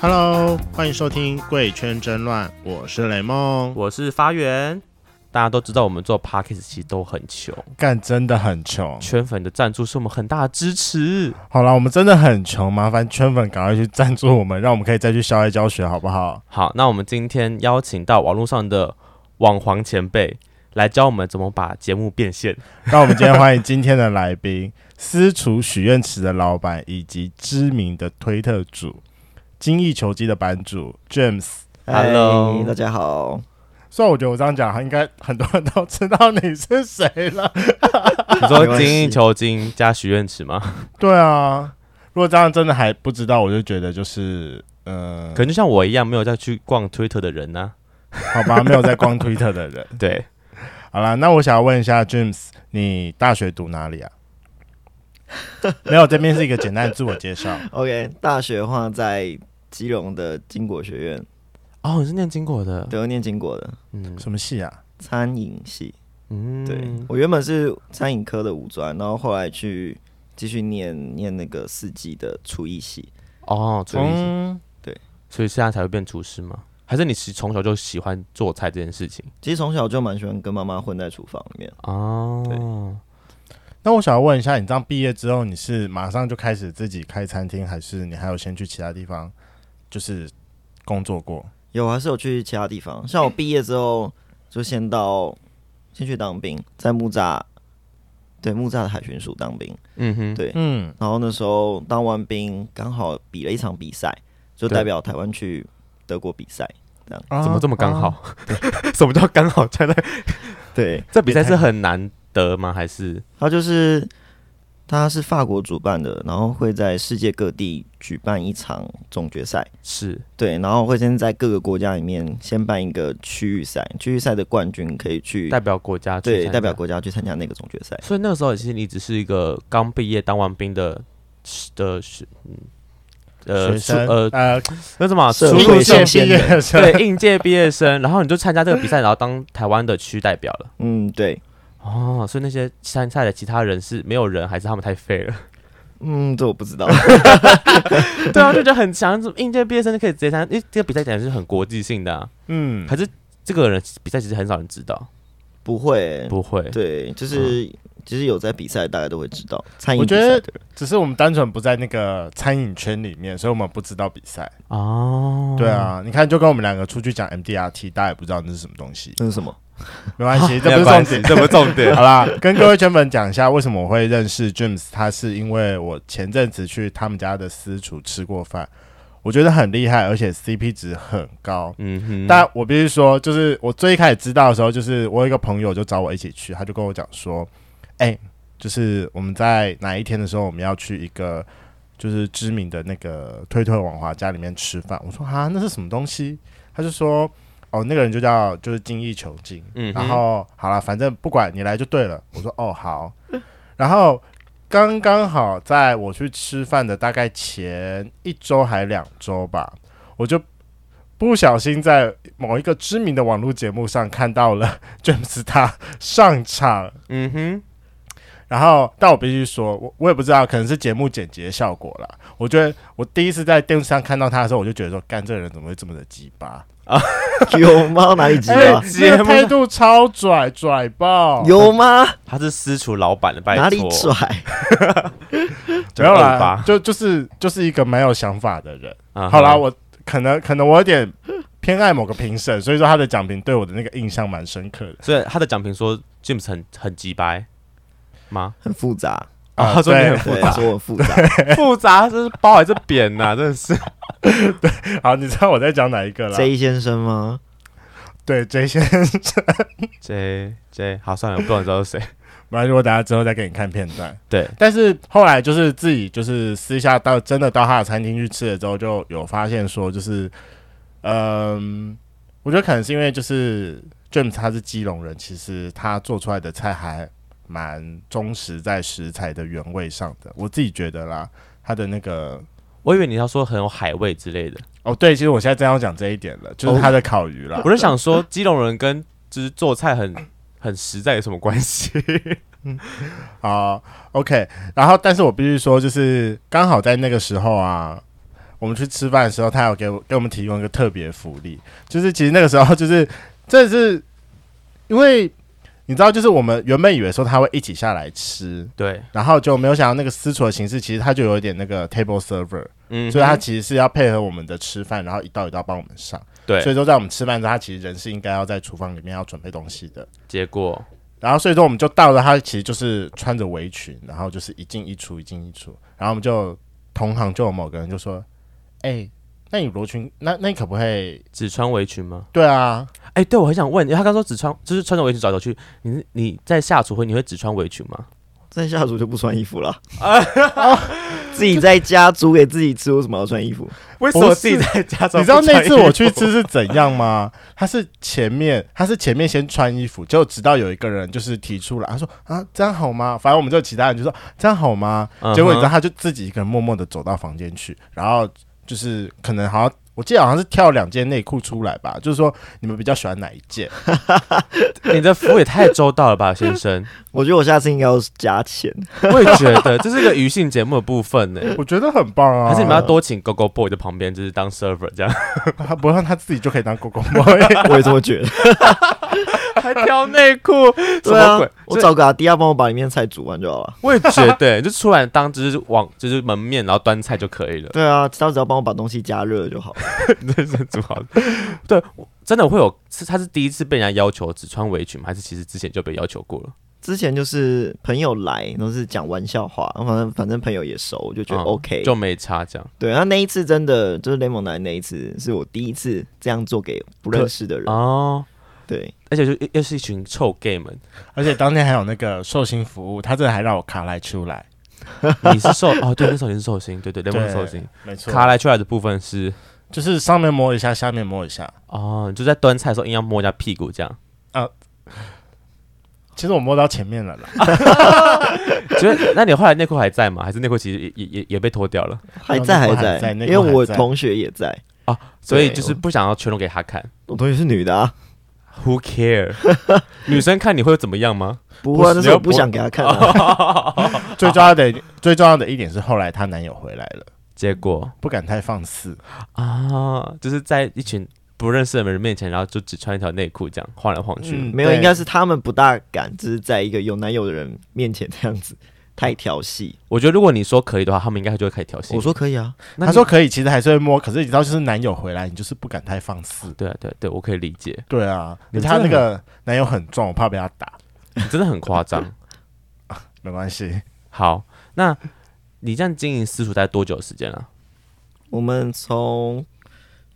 Hello，欢迎收听《贵圈争乱》，我是雷梦。我是发源。大家都知道我们做 podcast 其实都很穷，干真的很哦穷。圈粉的赞助是我们很大的支持。好了，我们真的很穷，麻烦圈粉赶快去赞助我们，让我们可以再去校外教学，好不 好？好，那我们今天邀请到网络上的网黄前辈来教我们怎么把节目变 现。让我们今天欢迎今天的来宾—— 私厨许愿池的老板以及知名的推特主“精益求精”的版主 James。 Hello 嗨大家好。虽然我觉得我这样讲，应该很多人都知道你是谁了。 你没说关精益系求精加许愿池吗？对啊，如果这样真的还不知道，我就觉得就是呃嗯可，能就像我一样没有再去逛 Twitter 的人啊呢、好吧，没有在逛 Twitter 的人。对，好啦，那我想要问一下 James，你大学读哪里啊？没有，这边是一个简单的自我介绍。 OK，大学的话在基隆的金果学院，哦，你是念经过的，对，我念金果的嗯什么系啊？餐饮系。嗯，对、我原本是餐饮科的五专，然后后来去继续念念那个四季的厨艺系。哦，所以、嗯，所以现在才会变厨师吗？还是你是从小就喜欢做菜这件事情？其实从小就蛮喜欢跟妈妈混在厨房里面。哦，那我想要问一下，你这样毕业之后，你是马上就开始自己开餐厅，还是你还有先去其他地方就是工作过？有，还是有去其他地方。像我毕业之后，就先到先去当兵，在木栅，对木栅的海巡署当兵。嗯哼，对，嗯，然后那时候当完兵，刚好比了一场比赛，就对代表台湾去德国比赛。啊怎么这么刚？啊好？哦 什么叫刚好？在在对，这比赛是很难得吗？还是它就是它是法国主办的，然后会在世界各地举办一场总决赛。是对，然后会先在各个国家里面先办一个区域赛，区域赛的冠军可以去代表国家去对参加代表。国家去参加那个总决赛。所以那个时候，其实你只是一个刚毕业当完兵的的学，嗯，学呃，出生呃，呃，那什么啊社出会应对届上毕线的业生，对应届毕业生，然后你就参加这个比赛，然后当台湾的区代表了。嗯，对，哦，所以那些参赛的其他人是没有人，还是他们太废了？嗯，这我不知道。对啊，就觉得很强，怎么应届毕业生就可以直接参加？因为这个比赛简直是很国际性的、啊，嗯还，是这个人比赛其实很少人知道，不会，不会。对，就是、其实有在比赛，大家都会知道。餐饮我比觉赛得的人只是我们单纯不在那个餐饮圈里面，所以我们不知道比赛。哦，对，啊，你看，就跟我们两个出去讲 MDRT，大家也不知道那是什么东西。那是什么？没关 系，这没不是有重关系点， 这不是重点。好啦，跟各位圈粉讲一下，为什么我会认识 James，他是因为我前阵子去他们家的私厨吃过饭，我觉得很厉害，而且 CP 值很高。嗯哼，但我必须说，就是我最一开始知道的时候，就是我有一个朋友就找我一起去，他就跟我讲说，哎、就是我们在哪一天的时候，我们要去一个就是知名的那个推推网华家里面吃饭。我说哈，那是什么东西？他就说，哦，那个人就叫就是精益求精。嗯哼然后好了，反正不管你来就对了。我说哦好， 然后刚刚好在我去吃饭的大概前一周还两周吧，我就不小心在某一个知名的网络节目上看到了 James 他上场，嗯哼，然后，但我必须说，我我也不知道，可能是节目剪辑的效果啦。我觉得我第一次在电视上看到他的时候，我就觉得说，干这个人怎么会这么的鸡巴？ 有吗？哪里知哎、道？节这目个态度超拽，拽 爆！有吗？他是私厨老板的，拜托。哪里拽？没有二啦八？就就是就是一个没有想法的人。啊好啦，哈我可能可能我有点偏爱某个评审，所以说他的奖评对我的那个印象蛮深刻的。所以他的奖评说 James 很很鸡掰吗？很复杂，啊他说你对很复对，杂，说我复杂。复杂这是包还是扁呐、真 的是。好，你知道我在讲哪一个啦？ J 先生吗？对 J 先 生， J J，好，算了，我不知道 是谁。没关系，我等下之后再给你看片段。对，但是后来就是自己就是私下到真的到他的餐厅去吃了之后，就有发现说，就是嗯、我觉得可能是因为就是 James 他是基隆人，其实他做出来的菜还蛮忠实在食材的原味上的，我自己觉得啦，他的那个。我以为你要说很有海味之类的，哦，对，其实我现在正要讲这一点了，就是他的烤鱼啦。我是想说基隆人跟就是做菜很很实在有什么关系？好，OK，然后但是我必须说，就是刚好在那个时候啊，我们去吃饭的时候，他有给我给我们提供一个特别福利，就是其实那个时候就是这是因为你知道，就是我们原本以为说他会一起下来吃，对，然后就没有想到那个私厨的形式，其实它就有一点那个 table server，、 嗯哼，所以它其实是要配合我们的吃饭，然后一道一道帮我们上。所对，以说在我们吃饭之后，他其实人是应该要在厨房里面要准备东西的。结果然后所以说我们就到了，他其实就是穿着围裙，然后就是一进一出，一进一出。然后我们就同行就有某个人就说：“哎、那你罗裙，那那你可不可以？只穿围裙吗？对啊，哎、对我很想问，他刚说只穿就是穿着围裙走来走去，你你在下厨会你会只穿围裙吗？在下厨就不穿衣服 了，自己在家煮给自己吃，为什么要穿衣服？为什么自己在家你知道那次我去吃是怎样吗？ 他是前面，他是前面先穿衣服，结果直到有一个人就是提出来，他说啊这样好吗？反正我们就其他人就说这样好吗？嗯结果你知道他就自己一个人默默的走到房间去，然后就是可能好像我记得好像是挑两件内裤出来吧，就是说你们比较喜欢哪一件？嗯你的服务也太周到了吧，先生？我觉得我下次应该要加钱， 我也觉得这是一个娱乐节目的部分呢、 我觉得很棒啊！还是你们要多请 GoGo Boy 在旁边，就是当 server 这样， 他 不让他自己就可以当狗狗 boy？我也这么觉得。 还挑内裤，什对么啊鬼？，我找个阿弟要帮我把里面菜煮完就好了。我也觉得，就出来当只是往就是门面，然后端菜就可以了。 对啊，他只要帮我把东西加热就好了。对，是煮好的。对，我真的会有，是他是第一次被人家要求只穿围裙吗？还是其实之前就被要求过了？之前就是朋友来都是讲玩笑话，反正反正朋友也熟，我就觉得嗯 OK、就没差这样。对，他那一次真的就是雷蒙奶那一次，是我第一次这样做给不认识的人。哦，对，而且就又是一群臭 gay 们， 而且当天还有那个寿星服务，他这还让我卡来出来，你是瘦哦，对，那时候你是寿星，对对，雷蒙是寿星，没错，卡来出来的部分是就是上面摸一下，下面摸一下。哦，你就在端菜的时候硬要摸人家屁股这样，其实我摸到前面了啦，觉得那你后来内裤还在吗？还是内裤其实也也也也被脱掉了？还在那个还还在，在那因个为还我在同学也在，所以对就是不想要全裸给他看我同学是女的啊， ，Who care？女生看你会怎么样吗？不会不啊，是那时你候要我不想给他看、啊， 最重要的最重要的一点是后来她男友回来了，结果不敢太放肆。啊，就是在一群不认识的人面前，然后就只穿一条内裤这样晃来晃去。嗯没有，对应该是他们不大敢，就是在一个有男友的人面前这样子太调戏。我觉得如果你说可以的话，他们应该就会开始调戏你。我说可以啊，那她你说可以，其实还是会摸，可是你知道，就是男友回来，你就是不敢太放肆。对啊，对啊对，我可以理解，对啊，你她那真的很个男友很重，我怕被他打。你真的很夸张。没关系，好，那你这样经营私塾大概多久的时间啊了？我们从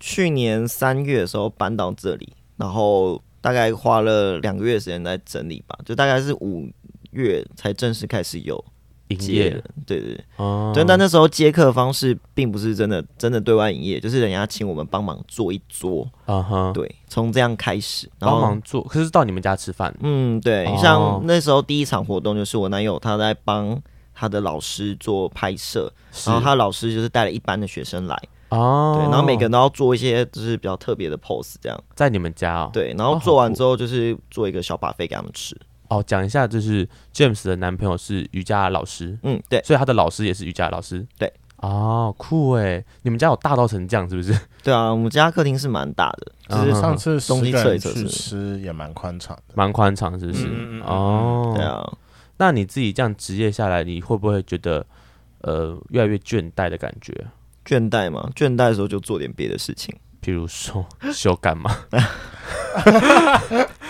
去年三月的时候搬到这里，然后大概花了两个月的时间在整理吧，就大概是五月才正式开始有营接业人。对对对，哦，对，但那时候接客方式并不是真的真的对外营业，就是人家请我们帮忙做一桌，啊哈，对，从这样开始，然帮后忙做，可是到你们家吃饭嗯，对，哦像那时候第一场活动就是我男友他在帮他的老师做拍摄，是然后他老师就是带了一班的学生来，哦，对，然后每个人都要做一些就是比较特别的 pose 这样，在你们家哦，对，然后哦做好完酷之后就是做一个小把费给他们吃，哦，讲一下，就是 James 的男朋友是瑜伽老师，嗯，对，所以他的老师也是瑜伽老师，对，哦，酷诶，你们家有大到成这样是不是？ 对啊，我们家客厅是蛮大的，其实上次十东西个人撤一撤去是吃也蛮宽敞的。蛮宽敞，是不是？嗯嗯嗯嗯哦，对。啊，那你自己这样职业下来，你会不会觉得呃越来越倦怠的感觉？倦怠嘛，倦怠的时候就做点别的事情，比如说 修改嘛，这啊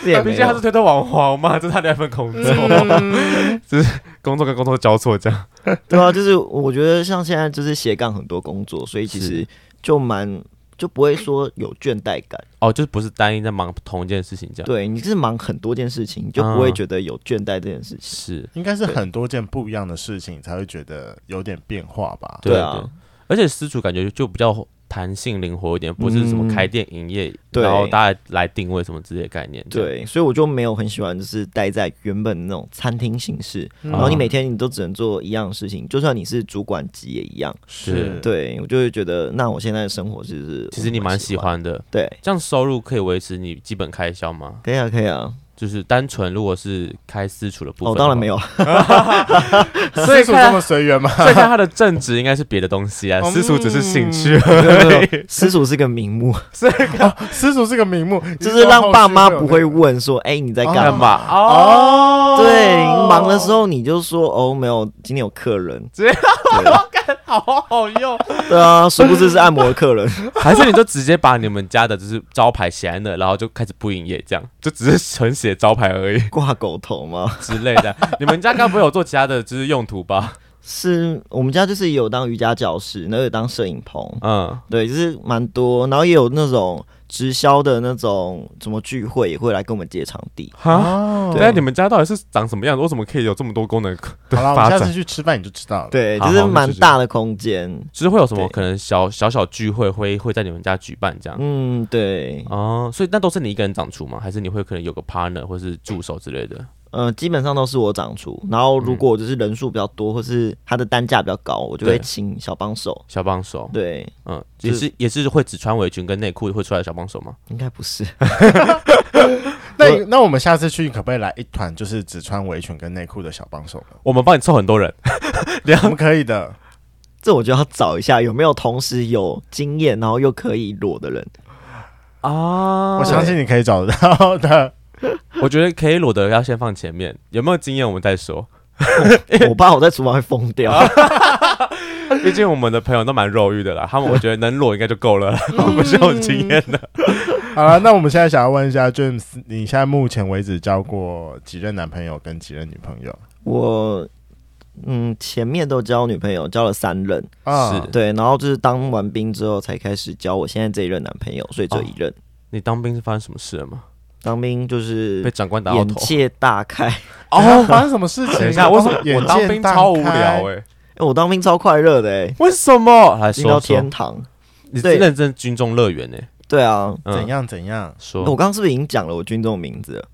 也没有推特网红嘛， 这是他的一份工作，嗯 就是工作跟工作交错这样。 对啊，就是我觉得像现在就是斜杠很多工作，所以其实是就蛮就不会说有倦怠感。哦，就是不是单一在忙同一件事情这样。对，你是忙很多件事情，你就不会啊嗯觉得有倦怠这件事情。是，应该是很多件不一样的事情，你才会觉得有点变化吧？对对啊对。而且私厨感觉就比较弹性灵活一点，不是什么嗯开店营业，对然后大家来定位什么之类的概念。这样，对，所以我就没有很喜欢就是待在原本那种餐厅形式，嗯然后你每天你都只能做一样的事情，就算你是主管级也一样。是，对我就会觉得，那我现在的生活其实其实你蛮喜欢。欢的。对，这样收入可以维持你基本开销吗？可以啊，可以啊，就是单纯如果是开私厨的部分，哦，当然没。有，私厨这么随缘吗？ 所以看他的正职应该是别的东西啊，哦嗯私厨只是兴嗯趣。私塾是个名 目，私厨是个名 目，就是让爸妈不会问说，哎，你在干干嘛？嘛？哦，哦。对，你忙的时候你就说哦，没有，今天有客人。这样对 好好用。对啊，殊不知是按摩的客人。还是你就直接把你们家的就是招牌写在那，然后就开始不营业，这样就只是纯写招牌而 已挂狗头吗？之类的。你们家该不会有做其他的就是用途吧？是我们家就是有当瑜伽教室，然后有当摄影棚，嗯，对，就是蛮多，然后也有那种直销的那种什么聚会也会来跟我们借场地。哈。哦对啊，你们家到底是长什么样子？为什么可以有这么多功能的好了，我们发下展次？去吃饭你就知道了。对，好就好是蛮大的空间。就是会有什么对可能小小小聚会会会在你们家举办这样？嗯，对，哦，所以那都是你一个人掌厨吗？还是你会可能有个 partner 或是助手之类的？呃，基本上都是我长出。然后如果就是人数比较多，或是他的单价比较高，我就对会请小帮手。小帮手，对，嗯，就也是是也是会只穿围裙跟内裤会出来的小帮手吗？应该不是。那那我们下次去可不可以来一团，就是只穿围裙跟内裤的小帮手 呢？我们帮你凑很多人，我们可以的。这我就要找一下有没有同时有经验，然后又可以裸 的人。啊哦我相信你可以找得到 的。我觉得可以裸的要先放前面，有没有经验我们再说。我怕我在厨房会疯掉。毕竟我们的朋友都蛮肉欲的啦，他们我觉得能裸应该就够了啦，嗯 不需要有经验的。好了，那我们现在想要问一下 James，你现在目前为止交过几任男朋友跟几任女朋友？我嗯，前面都交女朋友，交了三任，啊是对，然后就是当完兵之后才开始交我现在这一任男朋友，所以只有一任。你当兵是发生什么事了吗？当兵就是被长官打到眼头？界大开， 哎哦，发生什么事情？哦等一下，为什么眼我当界兵大超无开聊？哎？哎、我当兵超快乐的、欸，为什么？来进到说天说，堂。你是对认真军中乐园呢？对啊，嗯怎？样怎样？说我刚刚是不是已经讲了我军中名字了？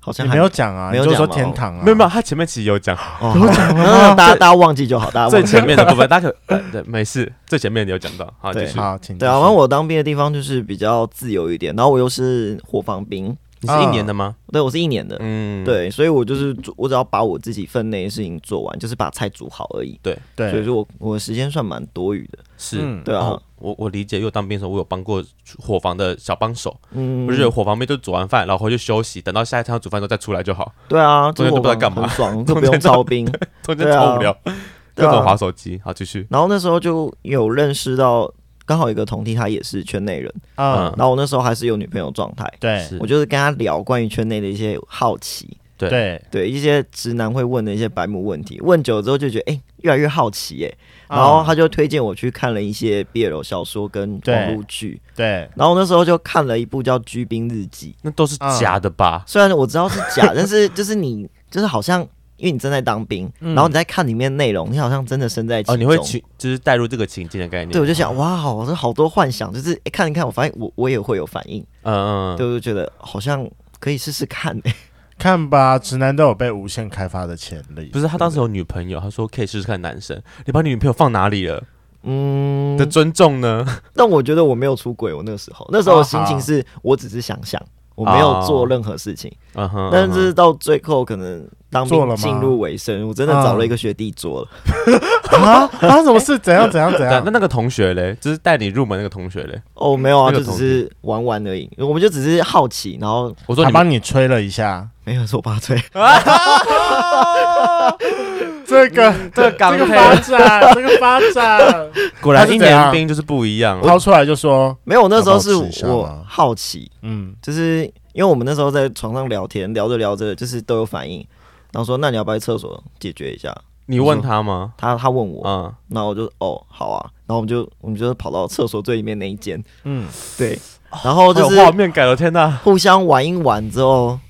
好你像还没有讲啊，没你有就说讲吗天堂啊，没有哦没有，他前面其实有讲哦，有讲了大家大家忘记就好，大家最忘记前面 的部分，大家可呃对没事，最前面你有讲到，好继对续。好，请对啊，继续反正我当兵的地方就是比较自由一点，然后我又是火防兵，你是一年的吗？啊对我是一年的，嗯，，对，所以我就是做我只要把我自己分内的事情做完，就是把菜煮好而已。所以对，说我我的时间算蛮多余的，是。嗯对啊哦，我我理解，因为我当兵的时候，我有帮过伙房的小帮手，嗯，我就觉得伙房妹就煮完饭，然后回去休息，等到下一餐要煮饭的时候再出来就好，对啊，中间这都不知道我干嘛很 爽，就不中间用都操兵，中间对啊超无聊，各对啊种划手机。好，继续。然后那时候就有认识到，刚好有一个同梯，他也是圈内人，嗯，然后我那时候还是有女朋友状态，对是我就是跟他聊关于圈内的一些好奇，对对，对一些直男会问的一些白目问题，问久了之后就觉得哎、诶越来越好奇耶、啊然后他就推荐我去看了一些 BL 小说跟对网络剧，对然后那时候就看了一部叫《居兵日记》，那都是假的吧？虽然我知道是 假，但是就是你就是好像因为你正在当兵，然后你在看里面内容，你好像真的身嗯在其中。哦，你会情就是带入这个情境的概念。对，我就想哇，好，这好多幻想，就是、诶看一看，我发现我我也会有反应，嗯，嗯对，嗯，我就觉得好像可以试试看、诶看吧，直男都有被无限开发的潜力。啊不是他 当时对有女朋友，他说可以试试看男生，你把你女朋友放哪里了？嗯的，尊重呢？ 但我觉得我没有出轨，我那时候那时候的心情是我只是想想，我没有做任何事情，嗯哼，但是嗯到最后可能当做了吗嗯兵进入尾声，我真的找了一个学弟做了，不对啊，发生什么 事？怎样怎样怎哼啊样啊那？那个同学嘞，就是带你入门那个同学嘞，哦，没有啊，那就个只是玩玩而已，我们就只是好奇，然后我说他你 们帮你吹了一下，没有说八岁， 这个嗯这个刚这个配发展，这个发 展，果他然是一怎样啊年兵就是不一样。掏出来就说，没有，那时候要不是要吃一下我吗好奇，嗯，就是因为我们那时候在床上聊天，聊着聊着就是都有反应，然后说那你要不要去厕所解决一下？你问他吗？他他问我，嗯，然后我就哦好啊，然后我们就我们就跑到厕所最里面那一间， 嗯，对，然后就好是哦有画面感了，天 哪！互相玩一玩之后，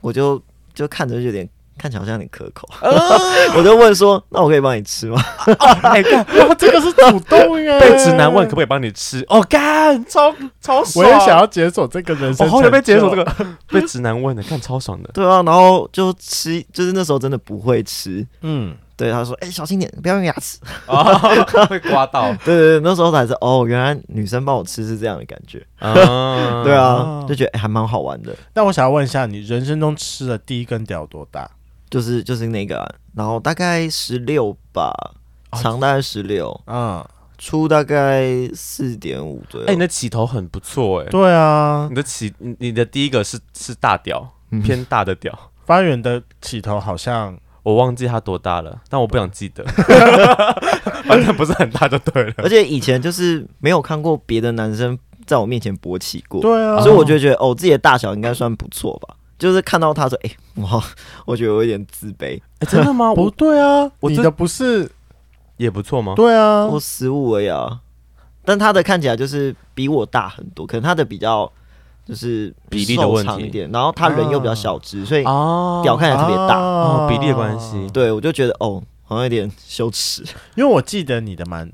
我就就看着就有点看起来好像有点可口，啊 我就问说那我可以帮你吃吗？哎，干哇，这个是主动耶， 被直男问可不啊可以帮你吃？哦，干，超超我爽！也想要解锁这个人我生，好久哦被解锁这。个，被 直男问的，干超爽的。对啊，然后就吃，就是那时候真的不会吃，嗯，对，他说：“哎、小心点，不要用牙齿。哦，会刮 到”，对对对，那时候才知道哦，原来女生帮我吃是这样的感觉。嗯，对啊，就觉得、哎还蛮好玩的，那我想要问一下，你人生中吃的第一根屌有多大？就是就是那个啊、然后大概十六吧，哦长大概十六，嗯，粗大概四点五左右。哎、你的起头很不错哎、对啊，你的起你你的第一个是是大屌，嗯偏大的屌，发源的起头好像我忘记它多大了，但我不想记得，反正不是很大就对了。而且以前就是没有看过别的男生在我面前勃起过，对啊，所以我就觉得哦，自己的大小应该算不错吧。就是看到他说，哎、我我觉得我有点自卑，哎真的吗？不我对啊，我你这的不是也不错吗？对啊，我十五而已啊。但他的看起来就是比我大很多，可能他的比较就是比例的问题瘦长一点，然后他人又比较小只，所以啊，屌看起来特别大。哦，比例的关系，对我就觉得哦，好像有点羞耻因为我记得你的蛮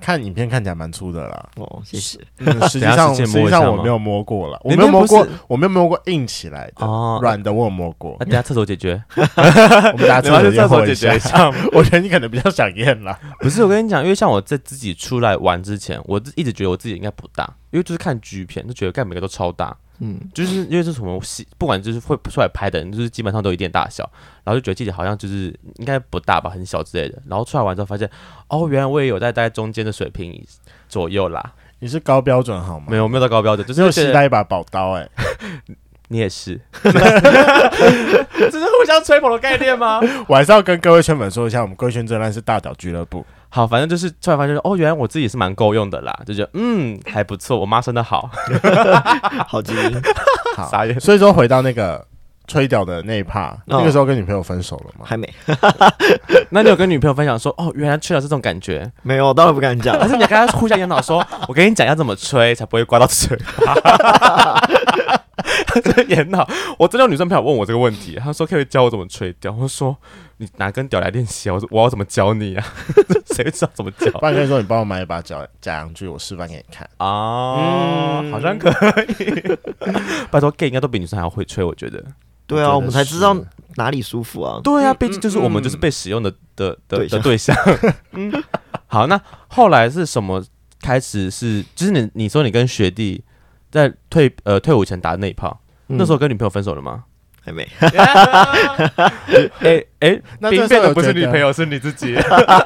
看影片看起来蛮粗的啦，哦，谢谢。嗯，实际等一下上时间实摸一际下上我吗没有摸过了，我你没有那摸不过是，我没有摸过硬起来的，哦，软的我有摸 过那、，等下厕所解决，我们打你们去厕所所解决一下。下。 我觉得你可能比较想验啦，不是，我跟你讲，因为像我在自己出来玩之前，我一直觉得我自己应该不大，因为就是看剧片就觉得干哎每个都超大，嗯，就是因为是什么戏，不管就是会出来拍的人，就是基本上都有一定大小，然后就觉得自己好像就是应该不大吧，很小之类的。然后出来玩之后发现，哦，原来我也有在大概中间的水平以左右啦， 你是高标准好吗？没有没有到高标准，就只有是携觉得带一把宝刀，哎，你也是，这是互相吹捧的概念吗？我还是要跟各位圈粉说一下，我们贵圈真烂是大屌俱乐部， 好，反正就是突然发现，哦，原来我自己是蛮够用的啦，就觉得嗯还不错，我妈生的好，好基因，好 傻眼。所以说回到那个吹屌的那一趴，嗯那个时候跟女朋友分手了吗？还没那你有跟女朋友分享说，哦，原来吹了是这种感觉，没有，我当然不敢 讲还。是你要跟她互相研讨 说，我跟你讲要怎么吹才不会刮到嘴巴？这研讨，我真的有女生朋友问我这个问题，她说可以教我怎么吹屌，我说你拿根屌来练习啊，我说我要怎么教你啊？ 谁知道怎么教不然可以说你帮我买一把假假洋具，我示范给你看。啊？好像可以， 拜托 gay 应该都比女生还要会吹，我觉得。对我啊，觉得我们才知道是哪里舒服啊。对啊，毕竟就是我们就是被使用的的的的对象对象。 嗯，好，那后来是什么开始是？就是你你说你跟学弟在退呃退伍前打的那一炮，嗯那时候跟女朋友分手了吗？还没， 哎哎，那兵这时变候的我不是觉女得朋友，是你自己，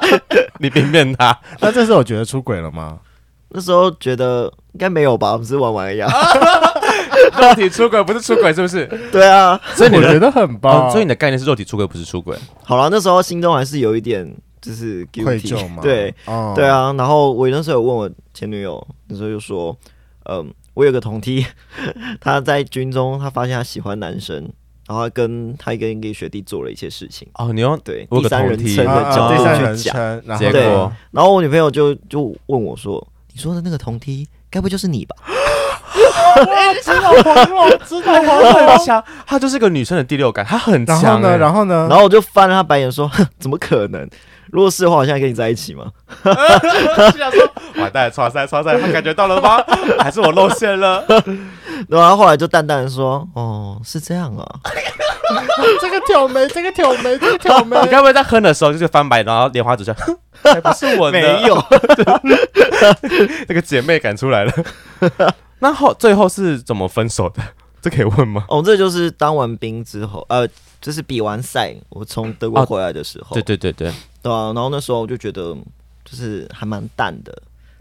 你兵变他。那这时候我觉得出轨了吗？那时候觉得应该没有吧，我们只是玩玩而已啊。 肉体出轨不是出轨，是不 是？ 对啊，所以我觉得很棒，哦，所以你的概念是肉体出轨不是出轨。好了，那时候心中还是有一点就是愧 guilty，疚吗？对，哦对，啊。然后我那时候有问我前女友，那时候就说，嗯，我有个同梯， 他在军中，他发现他喜欢男生，然后他跟他跟一个学弟做了一些事情，哦，你用对，我有第个三同人梯称啊的啊角第三度人去讲。称，然后结对 果然后我女朋友就就问我说：“你说的那个同梯，该不会就是你吧 很强，他就是个女生的第六感，他很然后强呢，欸。然后？”呢然，后我就翻了她白眼说：“哼，怎么可能？如果是的话，我现在跟你在一起吗就想说，完蛋，刷塞刷塞，他感觉到了 吗？还是我露馅了？？”然后她后来就淡淡的说：“哦，是这样 啊。 这个挑眉，这个挑眉，这个挑眉 你该不会在哼的时候就是翻白，然后莲花指 向，哼还不是”我呢？没 有，那个姐妹感出 来了。那后最后是怎么分手的？这可以问吗？哦，这就是当完兵之后，呃，就是比完赛，我从德国哦回来的时候，对对对对，对啊，然后那时候我就觉得就是还蛮淡的，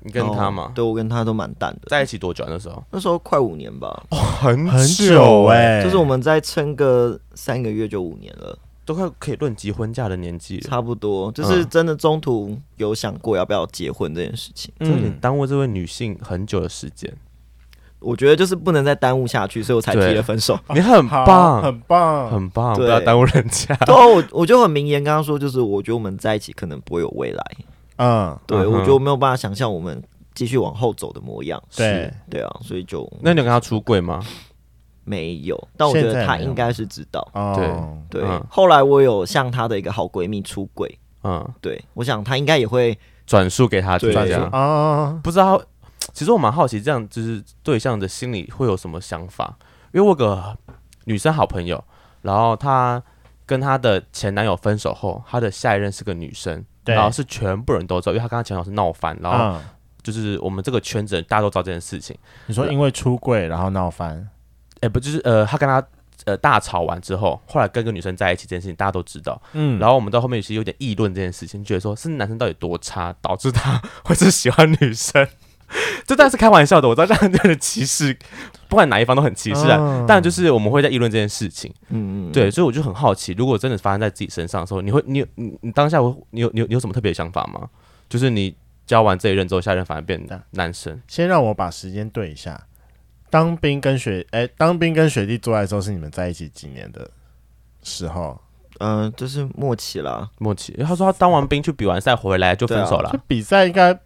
你跟然他后嘛，对我跟他都蛮淡的，哦在一哦起多久啊？那时候那时候快五年吧，很很久欸哎，就是我们再撑个三个月就五年了。都快可以论及婚嫁的年纪了。差不多，就是嗯真的中途有想过要不要结婚这件事情，嗯，你耽误这位女性很久的时间，我觉得就是不能再耽误下去，所以我才提对了 分手。啊你很好棒，很棒，很棒，不对要耽误人家。对啊，我我就很明言跟他说，就是我觉得我们在一起可能不会有未来，嗯，对、嗯哼我觉得我没有办法想象我们继续往后走的模样，对，对啊，所以就那你有跟他出柜吗？没有。但我觉现在得他没有应该是知道，哦，对。嗯后来我有向他的一个好闺蜜出轨，嗯，对我想他应该也会转述给他听，对转这述样啊，不知道，其实我蛮好奇，这样就是对象的心里会有什么想法？因为我有个女生好朋友，然后她跟她的前男友分手后，她的下一任是个女生，对然后是全部人都知道，因为她跟她前男友是闹翻，然后嗯，就是我们这个圈子人大家都知道这件事情。你说因为出柜然后闹翻，哎，不就是呃，她跟她呃大吵完之后，后来跟个女生在一起这件事情大家都知道，嗯然后我们到后面其实有点议论这件事情，觉得说是男生到底多差，导致他 会是喜欢女生。 这当然是开玩笑的，我知道这样就是歧视，不管哪一方都很歧视啊。嗯当然就是我们会在议论这件事情，嗯嗯，对，所以我就很好奇，如果真的发生在自己身上的时候，你会你有你你当下会你有你有你有什么特别的想法吗？就是你交完这一任之后，下一任反而变啊男生，先让我把时间对一下。当兵跟学哎、当兵跟学弟做爱的时候是你们在一起几年的时候？嗯、呃，就是默契啦，默契。因为他说他当完兵去比完赛回来就分手了这，比赛应该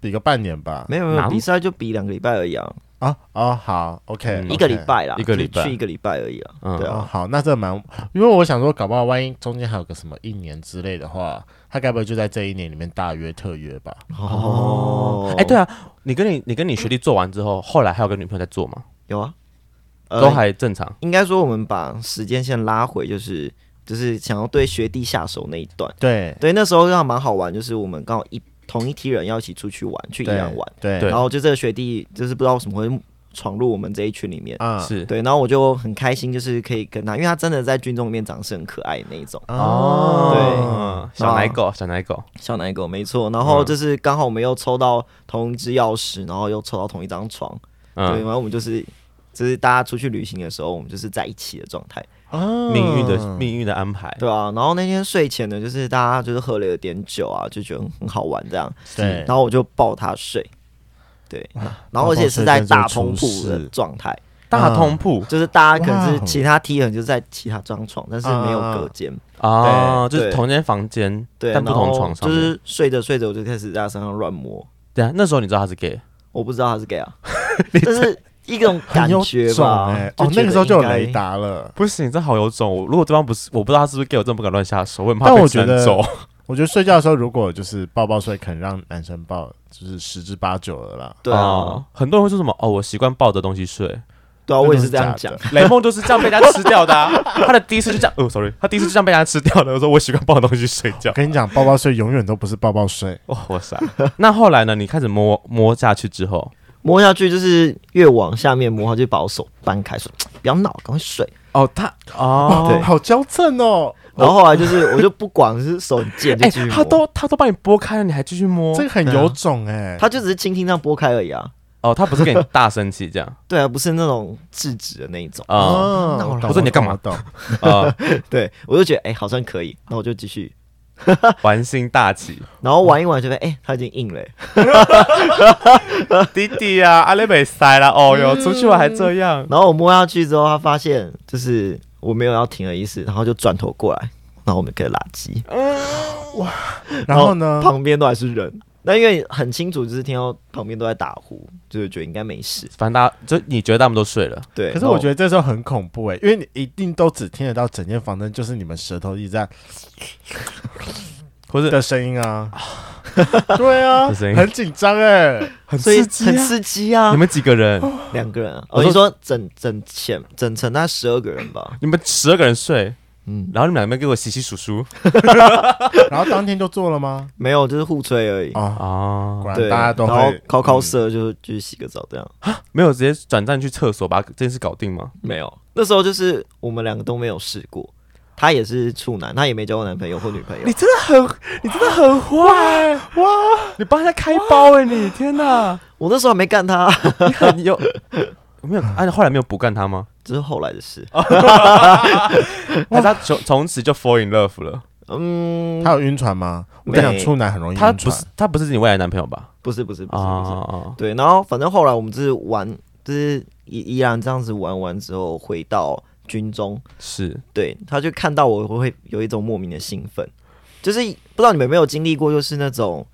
比个半年吧？没有没哪有比赛就比两个礼拜而已啊，啊哦，好，OK，, 嗯 OK 一个礼拜啦，一个礼拜就是去一个礼拜而已啊，嗯对哦啊，，好，那这蛮，因为我想说，搞不好万一中间还有个什么一年之类的话，他该不会就在这一年里面大约特约吧？哦哎、对啊，你跟你你跟你学弟做完之后，后来还有跟女朋友在做吗？有啊，呃都还正常。应该说我们把时间线拉回，就是就是想要对学弟下手那一段，对，对，那时候让蛮好玩，就是我们刚好一同一批人要一起出去玩，去宜对兰玩，对对然后就这个学弟就是不知道为什么会闯入我们这一群里面。啊，是对，然后我就很开心，就是可以跟他，因为他真的在军中里面长得是很可爱的那一种哦哦，对小奶狗，小奶狗，小奶狗，没错。然嗯后就是刚好我们又抽到同一只钥匙，然后又抽到同一张床，对，嗯，然后我们就是就是大家出去旅行的时候，我们就是在一起的状态，哦命运的命运的安排，对啊。然后那天睡前呢，就是大家就是喝了有点酒啊，就觉得很好玩这样。对然，后我就抱他睡，对，然后而且是在大通铺的状态，大通铺就是大家可能哇哦嗯是其他梯人就在其他张床，但是没有隔间，啊，就对是同间房间，对，但不同然后床上就面是睡着睡着我就开始在他身上乱摸，对啊，那时候你知道他是 gay，我不知道他是 gay 啊，但是一种感觉很有种吧欸，就哦，觉得那个时候就有应该雷，达了。不行，这好有种。我如果对方不是，我不知道他是不是 gay，我真的不敢乱下手，我很怕但被我觉牵得 走。我觉得睡觉的时候，如果就是抱抱睡，可能让男生抱，就是十之八九了啦。对啊哦，很多人会说什么哦，我习惯抱着东西 睡，对啊，我也是这样真讲的，雷梦就是这样被人家吃掉的啊。 他的第一次就这样，哦，sorry，他第一次就这样被人家吃掉的。我说我习惯抱着东西睡觉我，跟你讲，抱抱睡永远都不是抱抱睡， 哦，我傻。那后来呢？你开始摸摸下去之后，摸下去就是越往下面摸，他就把我手掰开，说不要闹，赶快睡。哦，他哦对好娇嗔哦，然后后来就是我就不管，就是手很贱就哎、继续摸，他都他都帮你拨开了，你还继续摸？这个很有种哎。啊他就只是轻轻这样拨开而已啊。哦，他不是给你大生气这样对啊，不是那种制止的那一种。啊哦我懂说你干嘛我懂我懂啊， 对，我就觉得哎、好像可以，那我就继续，哦玩心大起，然后玩一玩，觉得哎、他已经硬了、欸 弟弟啊，阿雷美塞啦，哦哟，出去玩还这样，然后我摸下去之后，他发现就是我没有要停的意思，然后就转头过来，然后我们给垃圾，嗯然后呢？旁边都还是人。那因为很清楚，就是听到旁边都在打呼，就是觉得应该没事。反正大家就你觉得他们都睡了，对，可是我觉得得这时候很恐怖哎、因为你一定都只听得到整间房间就是你们舌头一直在或是 的声音 啊，对啊，的声音很紧张哎，很所以刺激、很啊。哦刺激啊你，们几个人？两个人啊。我说我你说整整前整层那十二个人吧，你们十二个人睡，嗯，然后你们两个给我洗洗数数然后当天就做了吗？没有，就是互吹而已。啊，啊果！然对，大家都然后会嗯靠靠色就就洗个澡这样。没有直接转战去厕所把这件事搞定吗？没有，那时候就是我们两个都没有试过。他也是处男，他也没交过男朋友或女朋友。真的很，你真的很坏哇！你帮人家开包哎、你天哪！我那时候还没干他， 你很有没有？啊，后来没有补干他吗？这是后来的事。啊还是他从从此就 fall in love 了？嗯，他有晕船吗？我跟你讲，没处男很容易他晕不船是，他不是你未来男朋友吧？不是不是不啊是不是，啊啊！对。然后反正后来我们就是玩，就是依依然这样子玩完之后回到军中，是对，他就看到我我会有一种莫名的兴奋，就是不知道你们有没有经历过，就是那种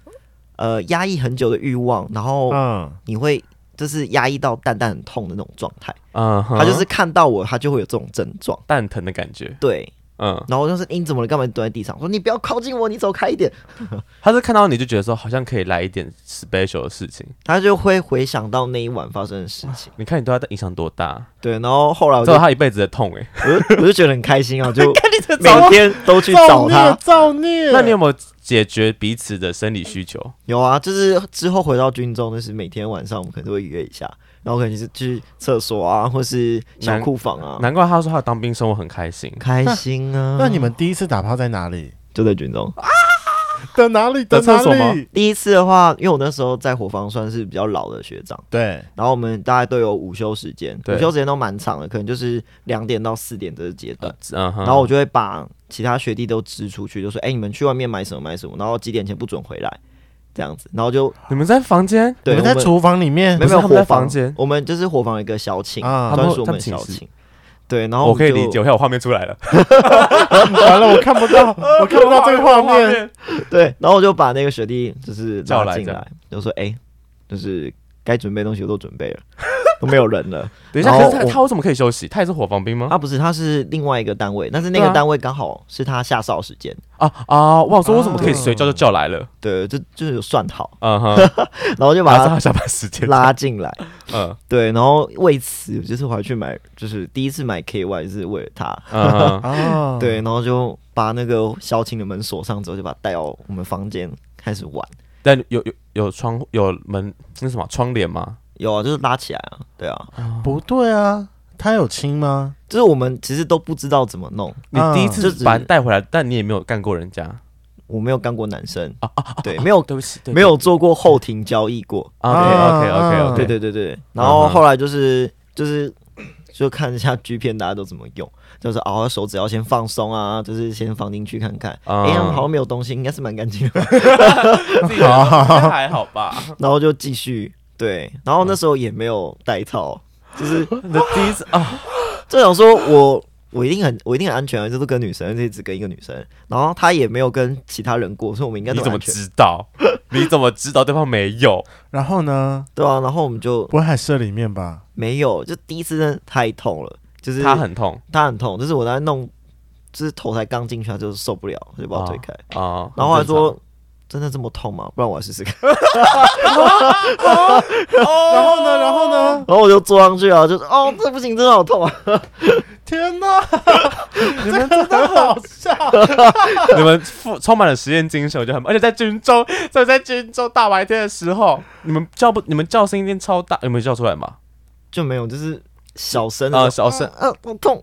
呃压抑很久的欲望，然后啊嗯，你会就是压抑到蛋蛋很痛的那种状态。嗯哼，他就是看到我，他就会有这种症状。蛋疼的感觉。对，嗯，然后就是你怎么了？干嘛你蹲在地上？我说你不要靠近我，你走开一点。他是看到你就觉得说好像可以来一点 special 的事情，他就会回想到那一晚发生的事情。你看你对他的影响多大，对，然后后来我造就成他一辈子的痛哎、我就我就觉得很开心啊，我就每造天都去找他。造孽。那你有没有解决彼此的生理需求？有啊，就是之后回到军中，就是每天晚上我们可能都会约一下，然后可能就是去厕所啊，或是小库房啊，难怪他说他的当兵生活很开心。开心啊。那你们第一次打炮在哪里？就在军中 在哪里？在哪厕所吗里？第一次的话，因为我那时候在火房算是比较老的学长，对，然后我们大概都有午休时间，对午休时间都蛮长的，可能就是两点到四点这个阶段。嗯哼，然后我就会把其他学弟都支出去，就说：“哎、你们去外面买什么买什么，然后几点前不准回来，这样子。”然后就你们在房间，你对们在我们厨房里面哎不没有没是有他们在伙房间我们就是伙房有一个小寝，啊专他们属我他们们寝小室寝。对，然后我可以们就理解，我看我画面出来了， 完了，我看不到， 我看不到这个画面。。 对，然后我就把那个学弟就是叫拉来进这样来，就说：“哎、就是该准备的东西我都准备了， 都没有人了。”等一下，然可后是他我他为什么可以休息？他也是火防兵吗？啊，不是，他是另外一个单位，但是那对个啊单位刚好是他下哨时间，啊啊！我想说为什么可以嗯随叫就叫来了？对，就就是有算好，嗯 哼，然后就马把上他他下班时间。拉进来，嗯对，然后为此就是我还去买，就是第一次买 KY 就是为了他，嗯 哼，啊，对，然后就把那个小寝的门锁上之后，就把他带到我们房间开始玩，但有有有窗有门那什么窗帘吗？有啊，就是拉起来啊，对啊，不对啊，他有亲吗？就是我们其实都不知道怎么弄，你第一次嗯就是把他带回来，但你也没有干过人家我没有干过男生，啊对，没有对不起，对不起没有做过后庭交易过，啊，OK OK 啊 OK，对对对对，然后嗯哼后来就是就是就看一下 G 片大家都怎么用，就是哦手指要先放松啊，就是先放进去看看，哎、嗯他们好像没有东西，应该是蛮干净的，自 己人都应该还好吧？然后就继续对，然后那时候也没有带套，就是嗯 你的第一次啊， 就想说我。我一定很，我一定很安全啊！这都跟女生，而且只跟一个女生，然后她也没有跟其他人过，所以我们应该你都怎很么安全，知道？你怎么知道对方没有？然后呢？对啊，然后我们就不会还射里面吧？没有，就第一次真的太痛了，就是他很痛他很痛，就是我在弄，就是头才刚进去，他就是受不了，他就把我推开，啊，然后还很正常说。真的这么痛吗？不然我来试试看。 然后呢？然后呢？然后我就坐上去啊，就是哦，这不行，真的好痛啊！ 天哪，你们真的好笑。 你们富充满了实验精神，我觉得很棒，而且在军中，在在军中大白天的时候，你们叫不，你们叫声一定超大，有没有叫出来嘛？就没有，就是小声啊、啊，小声，啊，好痛，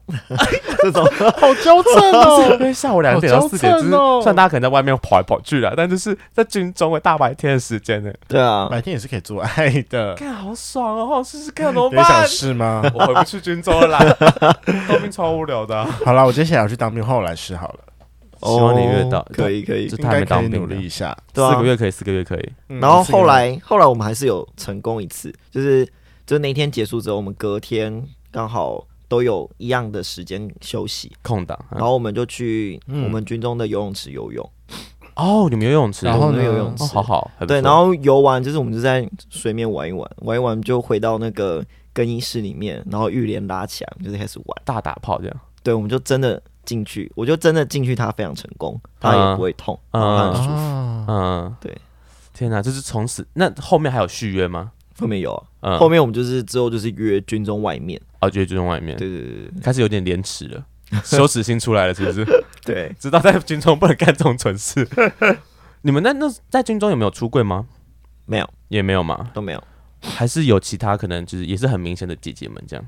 这种好娇嗔因哦！为下午两点到四点，好就娇是嗔哦虽然大家可能在外面跑来跑去啦，但就是在军中的大白天的时间呢， 对啊，白天也是可以做爱的，看好爽哦，好试试看怎么你也想办？试吗？我回不去军中了啦，当兵超无聊的啊、好啦，我接下来要去当兵，后来试好了， 希望你遇到哦可以可以就，应他还该没可当以兵努力一下。对啊四个。月可以，四个月可以，嗯然后后，来后来我们还是有成功一次，就是就那天结束之后，我们隔天刚好都有一样的时间休息，空档。嗯然后我们就去嗯我们军中的游泳池游泳，哦，你们游泳池，然后呢我们有游泳池哦，好好，还不错对，然后游完就是我们就在水面玩一玩，玩一玩就回到那个更衣室里面，然后浴帘拉起来，我们就是开始玩。大打炮这样，对，我们就真的进去，我就真的进去，它非常成功，它也不会痛，嗯然后它那个很舒 服。啊嗯，对，天哪，就是从此那后面还有续约吗？后面有啊，嗯，后面我们就是之后就是约军中外面，哦，就是军中外面对对对开始有点廉耻了， 羞耻心出来了，是不是？ 对对，知道在军中不能干这种蠢事。 你们在那在军中有没有出柜吗？没有也没有嘛，都没有，还是有其他可能就是也是很明显的姐姐们这样。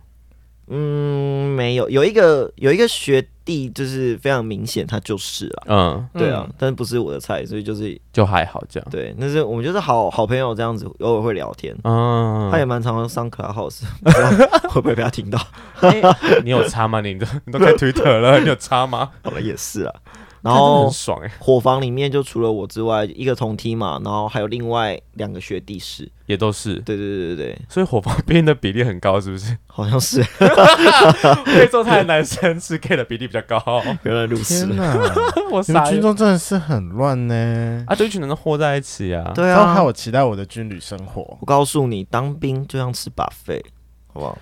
嗯，没有，有一个有一个学弟就是非常明显，他就是啦。嗯，对啊，但是不是我的菜，所以就是就还好这样。对，那是我们就是好好朋友这样子，偶尔会聊天。嗯，他 也蛮常上 Clubhouse，不 知道会不会被他听到？ 哎你有差吗？你都你都开 Twitter 了，你有差吗？好了，也是啊。然看真的后很爽哎，伙房里面就除了我之外，一个同梯嘛，然后还有另外两个学弟是，也都是，对对对对对，所以火防兵的比例很高，是不 是？好像是，非洲他的男生是 gay 的比例比较高。原来如此天。哪，我 你们傻军眼中真的是很乱呢。啊，就一群人都和在一起啊。对然后啊害，我期待我的军旅生活。我告诉你，当兵就像吃把费，好不好？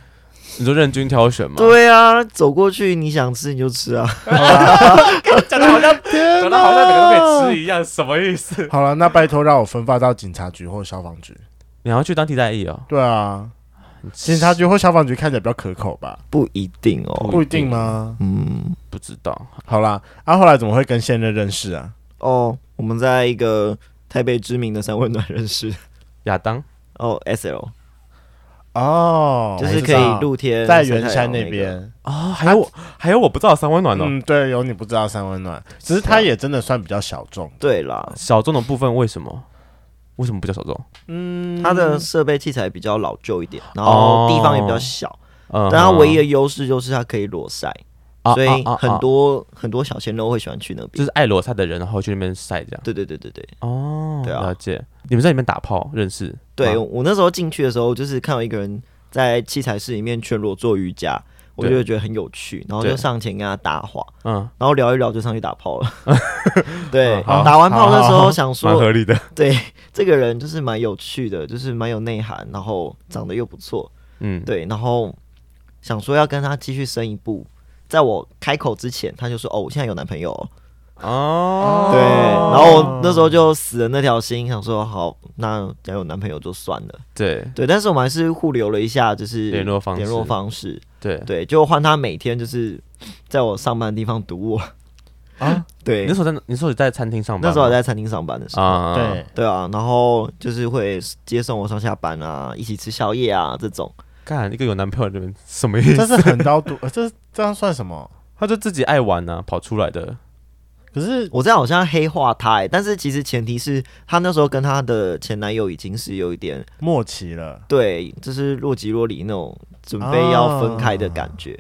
你说任君挑选吗？对啊，走过去你想吃你就吃啊。讲的好 像天讲的好像每个都可以吃。吃一样，什么意思？ 好了，那拜托让我分发到警察局或消防局。你要去当替代役哦？对啊，警察局或消防局看起来比较可口吧？不一定不哦。不一定吗？嗯，不知道，好啦，啊，后来怎么会跟现任认识啊？哦，我们在一个台北知名的三温暖认识。亚当 哦，S L 哦，就是可我知道以露天在晒太圆山阳那个。边。哦啊，还有我还有我不知道三温暖哦。嗯，对，有你不知道三温暖，只是它也真的算比较小众。对啦，小众的部分为什么？为什么不叫小众？嗯，它的设备器材比较老旧一点，然后地方也比较小，嗯，但它唯一的优势就是它可以裸晒，啊所以啊啊啊很多很多小鲜肉会喜欢去那就边。是爱罗塞的人，然后去那边晒这样。对对对对对，哦，对啊了解。你们在里面打炮认识？嗯对吗，我那时候进去的时候，就是看到一个人在器材室里面全裸做瑜伽，我就对会觉得很有趣，然后就对上前跟他搭话，嗯，然后聊一聊就上去打 炮了。对，嗯好打完炮那时好好好候想蛮说，合理的。对这个人就是蛮有趣的，就是蛮有内涵，然后长得又不错，嗯，对，然后想说要跟他继续深一步，在我开口之前，他就说：“哦，我现在有男朋友哦。哦，对，然后我那时候就死了那条心，想说：“好，那要有男朋友就算了。对”对，但是我们还是互留了一下，就是联络方式联络方式。对，对，就换他每天就是在我上班的地方堵我。啊， 对你那，时候在你那时候在餐厅上班吗？那时候我在餐厅上班的时候。啊，对， 对啊，然后就是会接送我上下班啊，一起吃宵夜啊这种。干一个有男朋友的人什么意这思？是横刀夺，呃这这样算什么？他就自己爱玩呢，跑出来的。可是我这样好像黑化他、欸，但是其实前提是她那时候跟她的前男友已经是有一点末期了，对，就是若即若离那种准备啊要分开的感觉。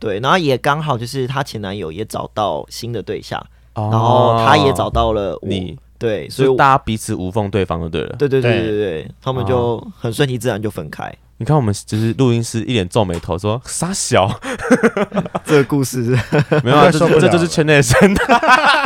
对，然后也刚好就是她前男友也找到新的对象，然然后她也找到了我，你，对，所所以哦以我大家彼此无缝对方就对了。对对对对对对对，他们就很顺其自然就分开。你看我们就是录音师一脸皱眉头说 傻小，这个故事是没有啊，快这受不这了就是了圈内生态，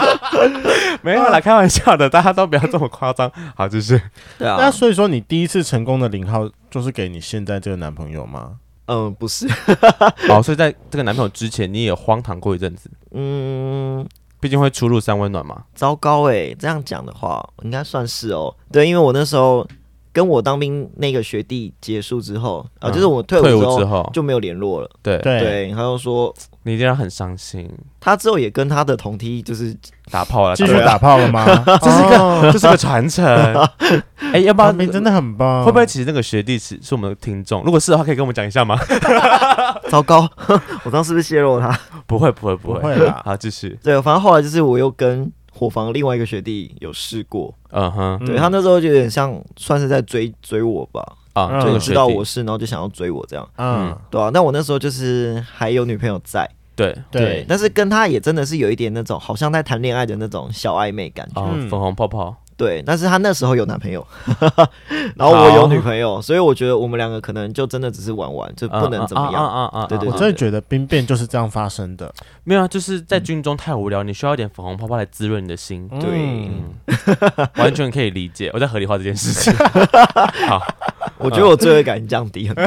没有啦，开玩笑的，大家都不要这么夸张。好，就是，对那啊，所以说你第一次成功的零号就是给你现在这个男朋友吗？嗯，不是， 哦，所以在这个男朋友之前，你也荒唐过一阵子，嗯，毕竟会出入三温暖嘛。糟糕哎、这样讲的话，应该算是哦。对，因为我那时候跟我当兵那个学弟结束之后，啊、嗯就是我退伍退之伍后之后，就没有联络了。对，对，对，他就说你一定要很伤心，他之后也跟他的同梯就是打炮了，继续打打炮了吗？啊 这是一哦炮，这是个传 承。哎，要不阿然明真的很棒，会不会其实那个学弟是是我们的听众？如果是的话，可以跟我们讲一下吗？糟糕，我当时是不是泄露了他？不会，不会，不不会会。啦？好，继续。对，反正后来就是我又跟伙房另外一个学弟有试过，嗯哼，嗯对他那时候就有点像算是在追追我吧，啊，嗯这就个知道学弟我是，然后就想要追我这样，嗯嗯，对啊，但我那时候就是还有女朋友在。对，对对，，但是跟他也真的是有一点那种好像在谈恋爱的那种小暧昧感觉。哦，嗯粉红泡泡。对，但是他那时候有男朋友， 然后我有女朋友，所以我觉得我们两个可能就真的只是玩玩，就不能怎么样。啊啊啊！对对我啊真的觉得兵变就是这样发生的。没有啊，就是在军中太无聊，你需要一点粉红泡泡来滋润你的心。对嗯，完全可以理解，我在合理化这件事情。好，我觉得我罪恶感降低很多。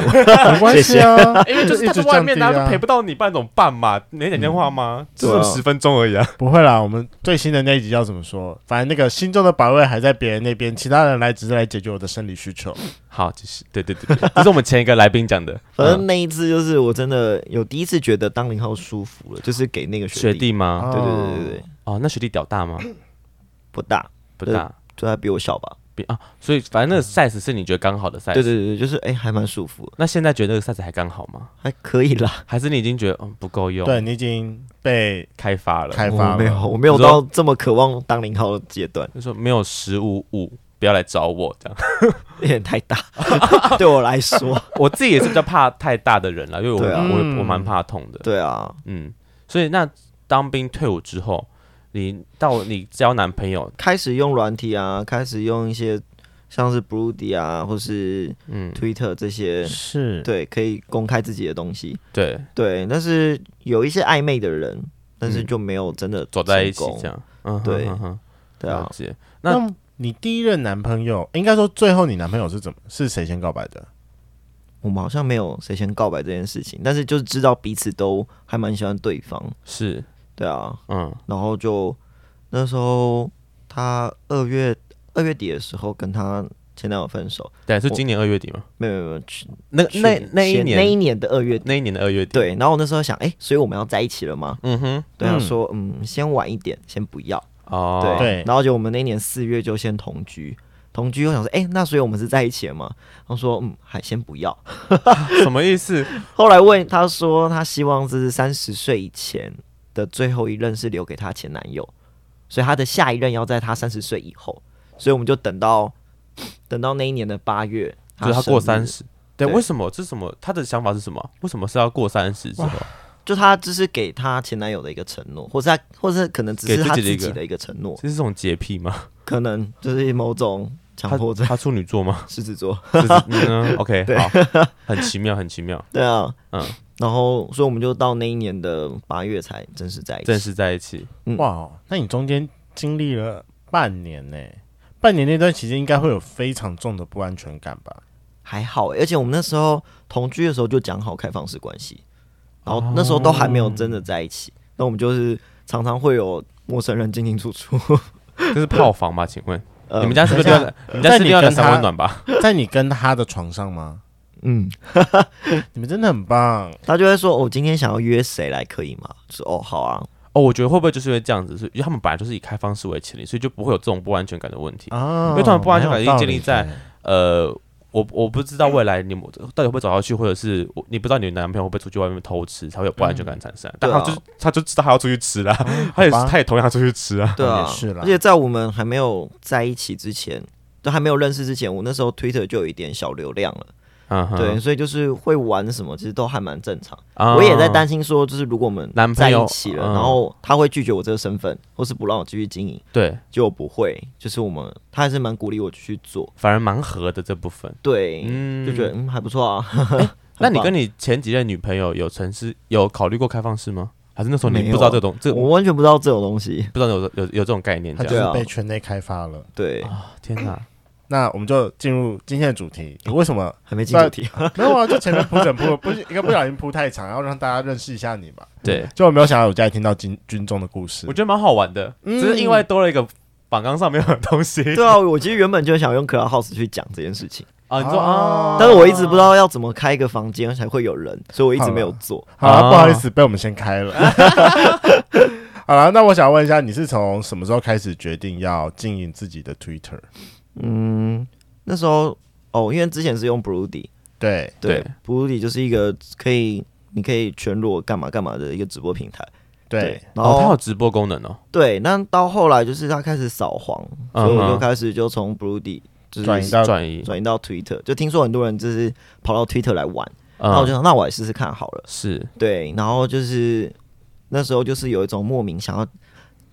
没关系啊，因为就是一他直在外面，降大低家啊都陪不到你，不然怎么办嘛？没讲电话吗？只有对啊十分钟而已啊。 不会啦，我们最新的那一集要怎么说？反正那个心中的百位还在别人那边，其他人来只是来解决我的生理需求。好，就是对对对，这是我们前一个来宾讲 的。反嗯正那一次就是我真的有第一次觉得当零号舒服了，就是给那个学学弟，嗯弟吗？啊对对对对对，哦，那学弟屌大吗？不大，不大，就他比我小吧。比啊，所以反正那个 size 是你觉得刚好的 size。对对。对对，就是哎、还蛮舒服的，那现在觉得那个 size 还刚好吗？还可以啦。还是你已经觉得嗯不够用？对，你已经被开发了。开发我了，没有，我没有你说到这么渴望当零号的阶段。就说没有十五五，不要来找我这样。 有点太大，对我来说，我自己也是比较怕太大的人了，因为我、对啊我嗯我蛮怕痛的。对啊，嗯，所以那当兵退伍之后，你到你交男朋友，开始用软体啊，开始用一些像是 Broody 啊，或是嗯， Twitter 这些，是，对，可以公开自己的东西，对，对。但是有一些暧昧的人，但是嗯就没有真的走在一起成功这，样，嗯哼，对嗯哼对啊了，解。那嗯那你第一任男朋友，应该说最后你男朋友是怎么是谁先告白的？我们好像没有谁先告白这件事情，但是就是知道彼此都还蛮喜欢对方，是，对啊，嗯，然后就那时候他二月二月底的时候跟他前男友分手，对，是我今年二月底吗？没有没有没有，去那去那那一前那一年年的二月底，那一年的二月底，对，然后我那时候想，哎、所以我们要在一起了吗？嗯哼，对啊，嗯说嗯，先晚一点，先不要，哦，对，对然后就我们那一年四月就先同居。同居，我想说，哎、那所以我们是在一起了吗？他说，嗯，还先不要。什么意思？后来问他说，他希望这是三十岁以前的最后一任是留给他前男友，所以他的下一任要在他三十岁以后，所以我们就等到等到那一年的八月，就是他生过日三，十，对，对为什么？这是什么？他的想法是什么？为什么是要过三十之后？就他只是给他前男友的一个承诺，或是他，或是可能只给是自他己的自一个己的一个承诺，这是这种洁癖吗？可能就是某种强他 迫症，？他处女座 吗狮子座，就是嗯，OK，好，很奇妙，很 奇妙，对啊，嗯，然后所以我们就到那一年的八月才正式在一起，正式在一起，哇哦，那你中间经历了半年呢、半年那段期间应该会有非常重的不安全感 吧？还好欸、而且我们那时候同居的时候就讲好开放式关系，然后那时候都还没有真的在一起，那我们就是常常会有陌生人进进出 出。这是炮房吗？请问呃你们家是不是等一下都要？你们家是不是都要但两你跟他三温暖吧？在你跟他的床上吗？嗯，你们真的很棒，他就会说：“我、今天想要约谁来，可以吗？”我说：“哦，好啊。哦，我觉得会不会就是因为这样子，是因为他们本来就是以开放式为前提，所以就不会有这种不安全感的问题。啊，因为他们不安全感已蛮经有道建理立在的呃，我我不知道未来你们到底会不会走下去，或者是我你不知道你的男朋友会不会出去外面偷吃，才会有不安全感产生。啊但啊他就是、他就知道他要出去吃啦， 他也是好吧他也同样出去吃啊”。对啊，也是啦而且在我们还没有在一起之前，就还没有认识之前，我那时候 Twitter 就有一点小流量了，嗯哼，对，所以就是会玩什么，其实都还蛮正常。啊我也在担心说，就是如果我们男朋在友一起了，嗯然后他会拒绝我这个身份，或是不让我继续经营，对，就不会。就是我们他还是蛮鼓励我去做，反而蛮合的这部分。对，嗯，就觉得嗯还不错啊。那你 很棒跟你前几任女朋友有曾是有考虑过开放式吗？还是那时候你没有不知道这种这我不完全不知道这种东西，知道有有有这种概念他这就样？啊是对啊被圈内开发了。对，天哪，嗯那我们就进入今天的主题，你为什 么还没进主题，没有啊？就前面铺梗铺不是一个不小心铺太长，然后让大家认识一下你吧。对，就我没有想到我家里听到军军中的故事我，觉得蛮好玩的，嗯只是因为多了一个榜纲上面的东西。 对啊，我其实原本就想用 Cloud House 去讲这件事情，啊，你说啊啊，但是我一直不知道要怎么开一个房间才会有人，所以我一直没有做。好了，啊不好意思，被我们先开了。 好了，那我想问一下，你是从什么时候开始决定要经营自己的 Twitter？嗯，那时候哦，因为之前是用 Broody，对，对对，Broody 就是一个可以你可以全裸干嘛干嘛的一个直播平台。对，，然哦，它后有直播功能哦，对，那到后来就是他开始扫黄，所以我就嗯哼开始就从 Broody 就是转移到转移，转移到 Twitter，就听说很多人就是跑到 Twitter 来玩，嗯那哦我就想那我也试试看好了。是对，然后就是那时候就是有一种莫名想要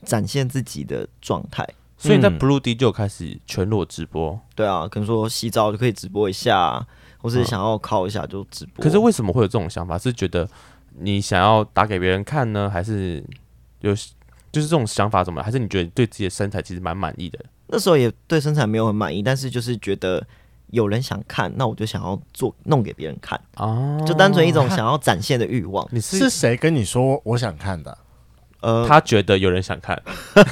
展现自己的状态，所以你在嗯 Blue D 就有开始全裸直播，对啊，可能说洗澡就可以直播一下，或是想要靠一下就直播。嗯可是为什么会有这种想法？是觉得你想要打给别人看呢，还是有就是这种想法怎么了？还是你觉得对自己的身材其实蛮满意的？那时候也对身材没有很满意，但是就是觉得。有人想看，那我就想要做弄给别人看，哦，就单纯一种想要展现的欲望。你是是谁跟你说我想看的？呃，他觉得有人想看，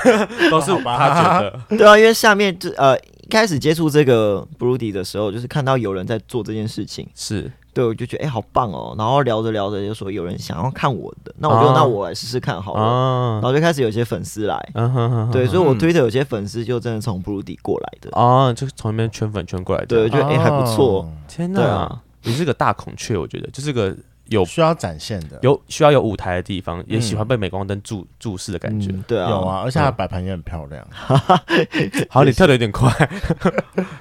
都是好吧他觉得， 对啊，因为下面就呃一开始接触这个 Broody 的时候，就是看到有人在做这件事情，是对我就觉得哎、好棒哦。然后聊着聊着就说有人想要看我的，那我就、啊那我来试试看好了。啊然，后就开始有些粉丝来，嗯哼哼，哦对，所以我嗯 Twitter 有些粉丝就真的从 Broody 过来的，啊，就是从那边圈粉圈过来对，我的。觉得哎、还不哦错，天对哪啊，你是个大孔雀，我觉得就是个有哦，需要展现的。有需要有舞台的地方，也喜欢嗯被镁光灯注注视的感觉。嗯对啊，有啊，而且它的摆盘也很漂亮。好，你跳的有点 快，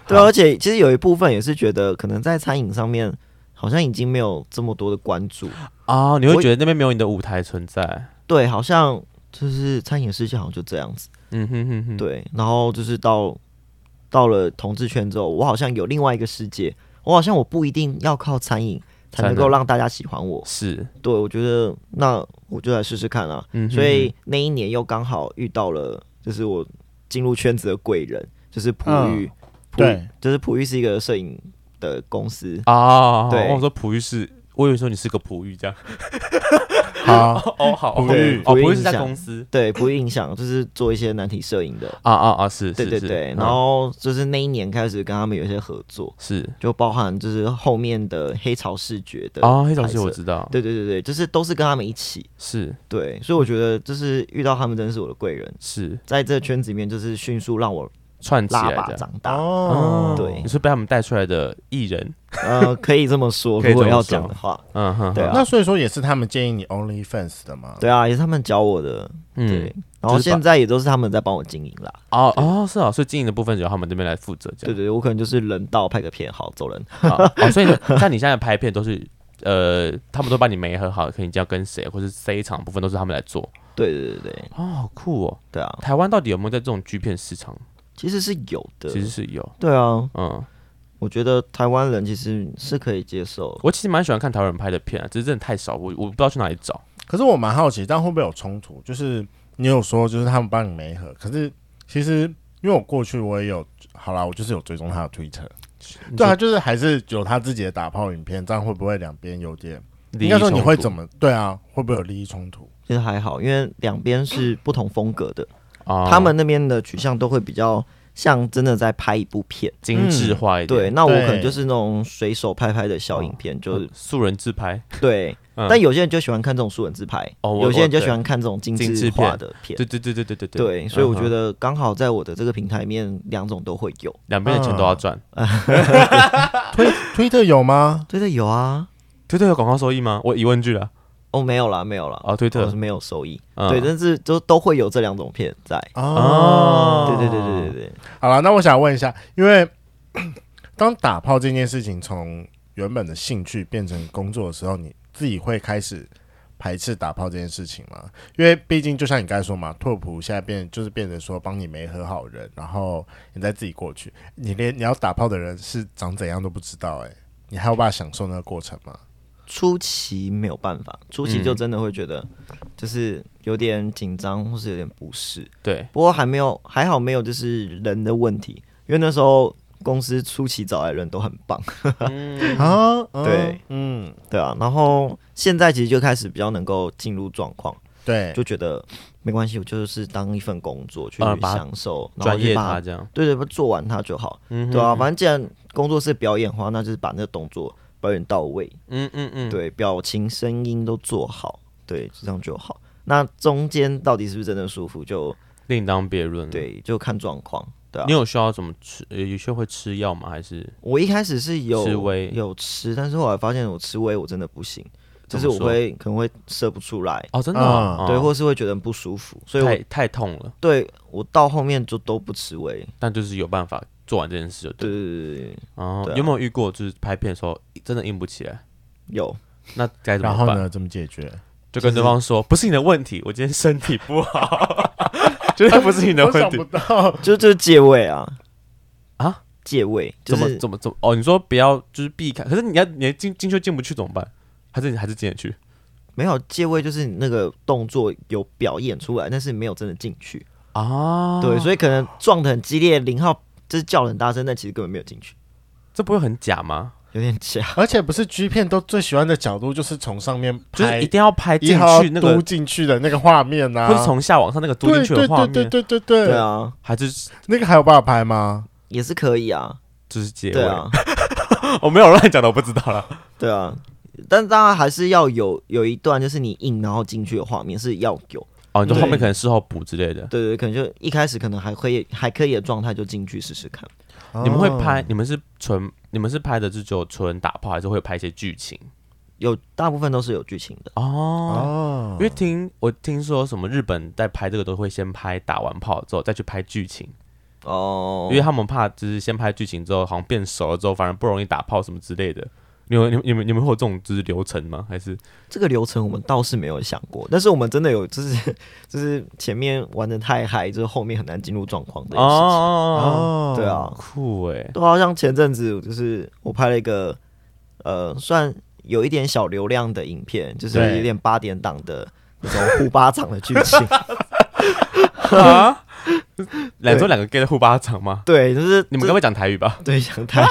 对啊，而且其实有一部分也是觉得可能在餐饮上面好像已经没有这么多的关注，哦，你会我觉得那边没有你的舞台存在。对，好像就是餐饮世界好像就这样子。嗯哼哼哼，对，然后就是到到了同志圈之后，我好像有另外一个世界，我好像我不一定要靠餐饮才能才够能让大家喜欢我。是，对，我觉得那我就来试试看啊。嗯哼哼，所以那一年又刚好遇到了，就是我嗯进入圈子的贵人，就是璞玉。璞玉对，就是璞玉是一个摄影的公司，啊，对我说璞玉是，我以为说你是个璞玉这 样。 啊好，哦，好，璞对玉哦，璞玉璞玉是在影响公司对，不会影响，就是做一些男体摄影的，啊啊啊，是，对 是对是对。嗯然后就是那一年开始跟他们有一些合作，是就包含就是后面的黑潮视觉的啊，黑老师拍摄我知道，对对对对，就是都是跟他们一起，是对，所以我觉得就是遇到他们真的是我的贵人，是在这圈子里面就是迅速让我串起拉来拔的。长大，哦，对你是被他们带出来的艺人，呃，可以这么 说，可以如果这么要说讲的话，嗯哼，对啊那所以说也是他们建议你 OnlyFans 的吗？对啊，也是他们教我的，对，嗯，然后就是把现在也都是他们在帮我经营啦，哦哦，是啊，所以经营的部分由他们这边来负责，这对样对对，我可能就是人到拍个片好走人， 啊哦，所以呢像你现在拍片都是呃，他们都把你媒合好，可以你要跟谁，或是 C 场部分都是他们来做，对对对对哦，好酷哦！对啊，台湾到底有没有在这种剧片市场？其实是有的，其实是有，对啊，嗯，我觉得台湾人其实是可以接受，我其实蛮喜欢看台湾人拍的片啊，只是真的太少，我我不知道去哪里找。可是我蛮好奇，但会不会有冲突？就是你有说，就是他们帮你媒合，可是其实因为我过去我也有，好啦，我就是有追踪他的 Twitter，你对啊，说就是还是有他自己的打炮影片，这样会不会两边有点？利益应该说你会冲突怎么？对啊，会不会有利益冲突？其实还好，因为两边是不同风格的，啊他们那边的取向都会比较像真的在拍一部片。精致嗯化一点，对，那我对可能就是那种随手拍拍的小影片，就是嗯素人自拍，对。嗯但有些人就喜欢看这种素人自拍，哦我有些人就我对喜欢看这种精精致致化片的片。对对对对对对对，所以我觉嗯哼得刚好在我的这个平台里面，两种都会有。两边的钱嗯都要赚。推 Twitter 有吗？对对，有啊。推特有广告收益吗？我疑问句了哦，没有啦，没有啦。啊，推我特是没有收益。嗯对，但是都都会有这两种片在。啊哦，对对对对对对。好了，那我想问一下，因为 当打炮这件事情从原本的兴趣变成工作的时候，你自己会开始排斥打炮这件事情吗？因为毕竟就像你刚才说嘛，拓扑现在变就是变成说帮你没和好人，然后你再自己过去，你连你要打炮的人是长怎样都不知道、欸，哎，你还有办法享受那个过程吗？初期没有办法，初期嗯就真的会觉得就是有点紧张，或是有点不适。对不过还没有，还好没有就是人的问题，因为那时候公司初期找来的人都很棒，啊，嗯对，嗯，对啊。然后现在其实就开始比较能够进入状况，嗯对，就觉得没关系，我就是当一份工作去哎呃把它享受，然后专就业把他它这样，对对，做完它就好，嗯哼对啊。反正既然工作是表演的话，那就是把那个动作表演到位，嗯嗯嗯，对，表情、声音都做好，对，这样就好。那中间到底是不是真的舒服，就另当别论。，对，就看状况，对啊你。有需要怎么吃？呃有些会吃药吗？还是我一开始是有吃微有吃，但是后来发现我吃微我真的不行，怎就是么我说会可能会射不出来，哦，真的哦啊哦嗯对，或是会觉得很不舒服，所以我太太痛了，对我到后面就都不吃微，但就是有办法做完这件事就对对。对对对对，哦对，啊有没有遇过就是拍片的时候真的硬不起来？有那该怎然么后办？呢，怎么解 决？就跟对方说，不是你的问题，我今天身体不 好，绝对不是你的我问想题不。到，就就是借位啊啊，借位就怎么是怎么怎么？哦，你说不要就是避开，可是你要你进进去进不去怎么办？还是你还是进得去？没有借位就是你那个动作有表演出来，但是没有真的进去。啊，对，所以可能撞得很激烈，零号就是叫得很大声，但其实根本没有进去，这不会很假吗？有点 假。而且不是 G 片都最喜欢的角度就是从上面就拍是一定要拍一进号去那嘟个，进去的那个画面呐、啊，或是从下往上那个嘟进去的画面，对对对对对对对，啊，还是那个还有办法拍吗？也是可以啊，就是结尾？对啊，我没有乱讲的，我不知道了。对啊。但当然还是要有有一段，就是你硬然后进去的画面是要有，哦，你说对后面可能事后补之类的。对对，对可能就一开始可能还可以还可以的状态就进去试试看。你们会哦拍？你们是纯？你们是拍的是只有纯打炮，还是会拍一些剧情？有大部分都是有剧情的，哦，哦因？为听我听说什么日本在拍这个都会先拍打完炮之后再去拍剧情，哦因为他们怕就是先拍剧情之后好像变熟了之后反而不容易打炮什么之类的。你们你们你们你们会有这种就是流程吗？还是这个流程我们倒是没有想过，但是我们真的有就是 就是前面玩的太嗨，就是后面很难进入状况的事情。哦，哦对，啊，酷哎，对啊，像前阵子就是我拍了一个，呃，算有一点小流量的影片，就是对有 点八点档的那种互巴掌的剧情。啊， 两周两个 gay 的互巴掌吗？对，就是你们该不会讲台语吧？ 对 想太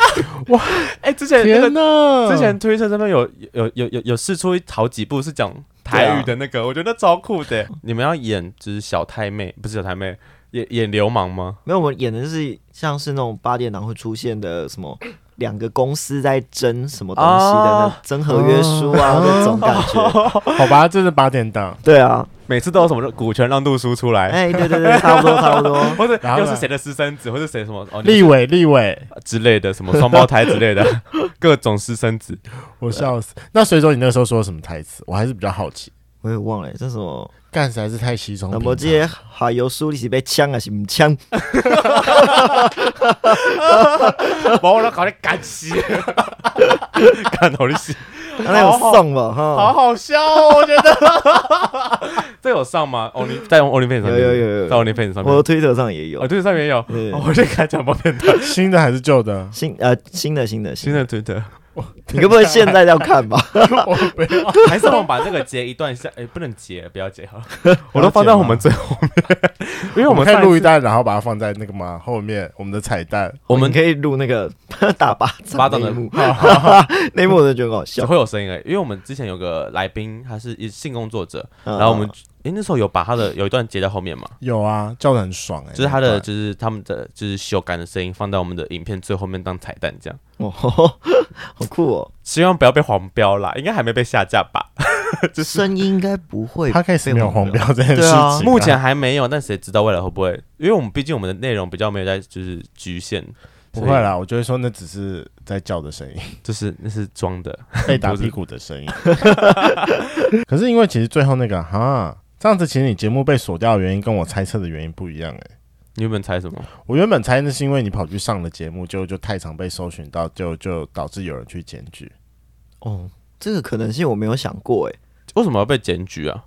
哎、之前那天个哪！之前推特上面有有有有有试出好几部是讲台语的那个，哦我觉得超酷的。你们要演就是小太妹，不是小太妹，演演流氓吗？没有，我们演的是像是那种八点档会出现的 什么。两个公司在争什么东西的那啊争合约书啊，哦那种感 觉。 好吧，这是八点档，对啊，每次都有什么股权让渡书出来，哎，对对对，差不多差不多。 或者然后又是呢谁的私生子，或者谁什么哦你立委立委，之类的，什么双胞胎之类 的，各种私生子。我啊笑死。那随着你那时候说什么台词，我还是比较好奇。我也忘了这是什么，干实在是太稀松那啊平么常。这些海油书你是被枪还是不 枪？把我都搞得干死， 干好的死，那有送吧好哈？好笑哦！我觉得 这有上吗？欧尼在欧尼片上面，有有有有在欧尼片上面，我的推特上也有哦，对，上面有，对？哦我就敢讲方便的，新的还是旧的新呃新的新的新新的，的推特，你该不会现在要看吧？我不 要。哦还是我们把这个截一段下，哎，不能截，不要截好了， 我都放在我们最后面，因为我我们们可以上一录次一段，然后把它放在那个嘛后面我们的彩蛋。 我们可以录 那个打巴掌巴掌那的 一幕， 那一幕我真的觉得很好只笑。会有声音而已，哎因为我们之前有个来宾，他是一性工作者，然然后我们哎那时候有把 他的有一段截在后面嘛，有啊，叫的很爽哎、就是他那的一段就是他们的就是修改的声音放在我们的影片最后面当彩蛋这样。哦，好 酷哦，希望不要被黄标啦，应该还没被下架吧？声音应该不会他可以是没有黄标这件事对啊情、目前还没有，但谁知道未来会不会？因为我们毕竟我们的内容比较没有在就是局限，不所以会啦，我就会说那只是在叫的 声音，就是那是装的。被打不是屁股的声 音。 可是因为其实最后那个哈，这样子其实你节目被锁掉的原因跟我猜测的原因不一样哎、你有没有猜什么？我原本猜那是因为你跑去上了节目，就就太常被搜寻到，就就导致有人去检举。哦，这个可能性我没有想过哎。为什么要被检举啊？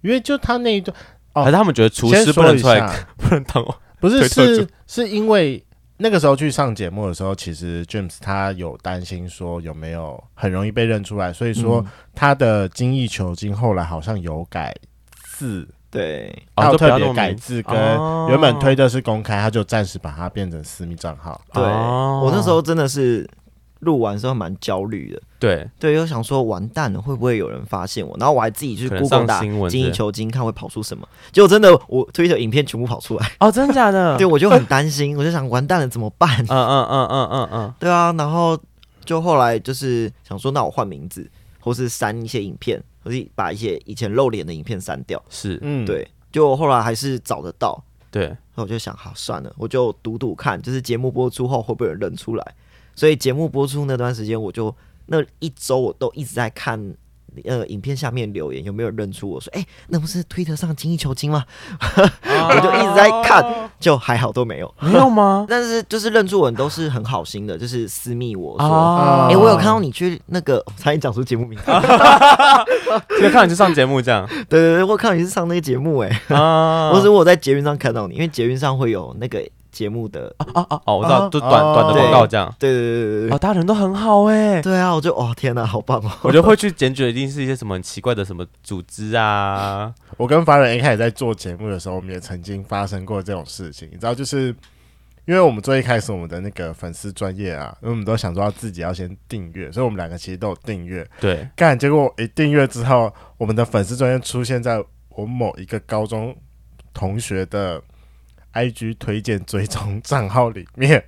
因为就他那一段，哦还是他们觉得厨先师不说能一出来， 下，不能当不是推特是主是因为那个时候去上节目的时候，其实 James 他有担心说有没有很容易被认出来，所以说嗯他的精益求精后来好像有改字，对，哦他有就不特要那别么改明字，跟哦原本推特是公开，他就暂时把它变成私密账号。对哦我那时候真的是录完之后蛮焦虑的，对，对，又想说完蛋了，会不会有人发现我？然后我还自己去可能上 Google 打新闻之类精益求精，看会跑出什么。结果真的，我推特影片全部 跑出来，哦，真的假的？对，我就很担心，我就想完蛋了怎么 办？嗯嗯嗯嗯嗯嗯，对啊，然后就后来就是想说，那我换名字，或是删一些影片，或是把一些以前露脸的影片删掉。是，嗯，，对，就后来还是找得到，对，那我就想，好算了，我就赌赌看，就是节目播出后会不会有人认出来。所以节目播出那段时间，我就那一周我都一直在看。呃，影片下面留言有没有认出我说，哎、那不是推特上精益求精吗？我就一直在看，就还好都没有。没有吗？但是就是认出我人都是很好心的，就是私密我说，啊哎、我有看到你去那个，我差点讲出节目名字。就看你去上节目这样对对对，我看到你是上那个节目、哎、啊或者我在捷运上看到你，因为捷运上会有那个节目的，啊啊哦，我知啊道，就短短的广告这样。对对对对对哦，大家人都很好哎对，，对啊，我就哦天哪、好棒哦！我觉得会去检举的一定是一些什么很奇怪的什么组织啊，我跟凡人一开始在做节目的时候，我们也曾经发生过这种事情，你知道，就是因为我们最一开始我们的那个粉丝专业啊，因为我们都想说要自己要先订阅，所以我们两个其实都有订阅。对，干，结果一订阅之后，我们的粉丝专业出现在我某一个高中同学的 IG 推荐追踪账号里面，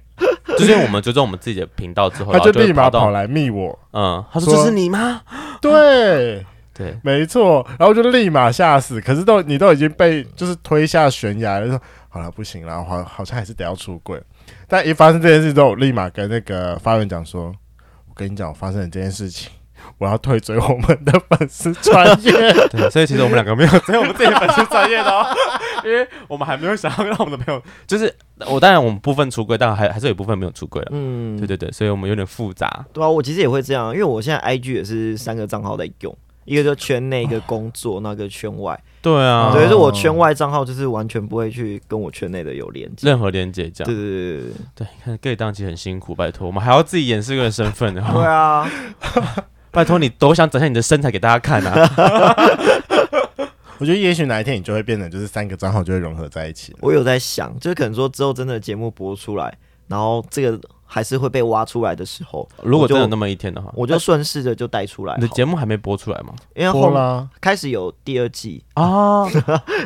就是因为我们追踪我们自己的频道之后，他然后就就会立马到跑，来密我，嗯，他说说这是你吗？对。对，没错，然后就立马吓死。可是都你都已经被就是推下悬崖了，就说好了不行了，好好像还是得要出柜。但一发生这件事之后，我立马跟那个发源讲说：“我跟你讲，我发生了这件事情，我要退追我们的粉丝专业。对，所以其实我们两个没有， 只有我们自己的粉丝专业 的、哦，因为我们还没有想要让我们的朋 友，就是我当然我们部分出柜，但还还是有一部分没有出柜了。嗯，对对对，所以我们有点复杂。对啊，我其实也会这样，因为我现在 IG 也是三个账号在用，一个就圈内，一个工作，那个圈外。对啊，所以说我圈外账号就是完全不会去跟我圈内的有连接。任何连接这对样，对对对对，看 gay 档其实很辛苦，拜托，我们还要自己掩饰个人身份，然 对，对后啊， 拜托你多想展现你的身材给大家看啊！我觉得也许哪一天你就会变成就是三个账号就会融合在一起了。我有在想，就是可能说之后真的节目播出来，然后这个还是会被挖出来的时候，如果我就真的有那么一天的话，哎我就顺势的就带出来好你的了。节目还没播出来 吗？因为播后啦，开始有第二季，啊，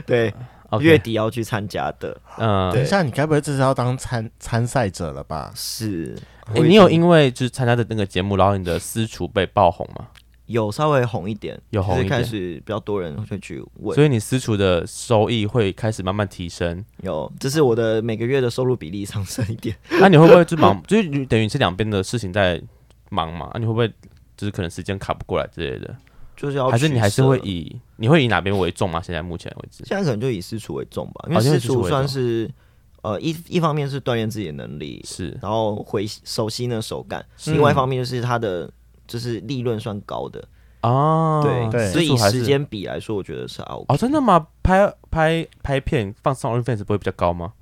对 OK，月底要去参加的，嗯，等一下，你该不会这是要当参参赛者了吧？是。诶哎你有因为就是参加的那个节目，然后你的私厨被爆红吗？有稍微红一点，有红一就是开点始比较多人会去问，所以你私厨的收益会开始慢慢提升。 有，这是我的每个月的收入比例上升一点。 那、你会不会就忙？ 就是你等于是两边的事情在忙嘛？那、你会不会就是可能时间卡不过来之类的？就是要还是取你还是舍会以你会以哪边为重吗？现在目前为止，现在可能就以私厨为重吧，因哦为现在私私厨厨为算重是呃一一方面是锻炼自己的能力，是然后回熟悉那手感，是另外一方面就是它的就是利润算高的，啊，对，对哦所以私以厨还是时间比来说，我觉得是 OK。哦，真的吗？拍拍拍片放上 OnlyFans 不会比较高吗？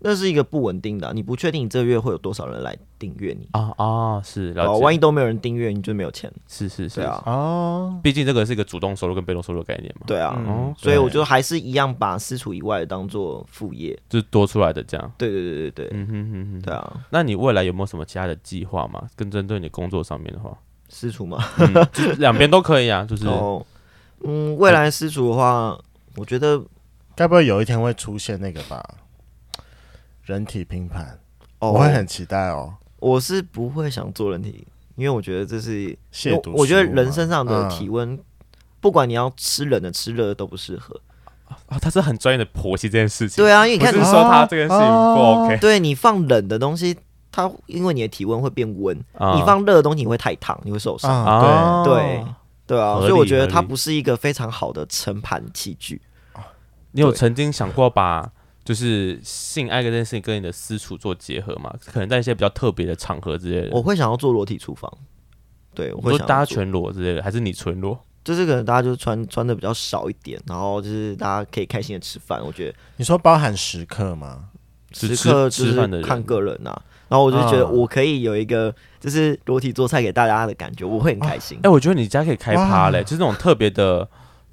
那是一个不稳定的啊、你不确定你这个月会有多少人来订阅你，啊啊，是了哦，解，万一都没有人订阅，你就没有钱，是是是对，啊，哦，毕竟这个是一个主动收入跟被动收入的概念嘛，对啊，哦所以我嗯对就还是一样把私厨以外的当做副业，就是多出来的这样。对对对对对，嗯哼哼哼，对啊，那你未来有没有什么其他的计划吗？更针对你工作上面的话，私厨嘛，嗯、就是两边都可以啊， 就是然后嗯，未来私厨的话，我觉得该不会有一天会出现那个吧？人体拼盘，哦，我会很期待哦。我是不会想做人体，因为我觉得这是，因亵为渎我觉得食物人嘛身上的嗯体温，不管你要吃冷的吃热的都不适合。啊，他是很专业的剖析这件事情。对啊，因为你不看哦是你，说他这件事情不 OK 对你放冷的东西，它因为你的体温会变温，啊哦你放热的东西你会太烫，你会受伤。啊，对对啊，合所以我理觉得合它理不是一个非常好的盛盘器具。你有对曾经想过把就是性爱跟这件事情跟你的私处做结合吗？可能在一些比较特别的场合之类的，我会想要做裸体厨房，对，我你会说想要大家做全裸之类的，还是你纯裸？就是可能大家就是穿穿的比较少一点，然后就是大家可以开心的吃饭。我觉得你说包含时刻吗？只时吃刻就吃是饭的人看个人呐、然后我就觉得啊我可以有一个就是裸体做菜给大家的感觉，我会很开心哎、。我觉得你家可以开趴嘞，哇就是那种特别的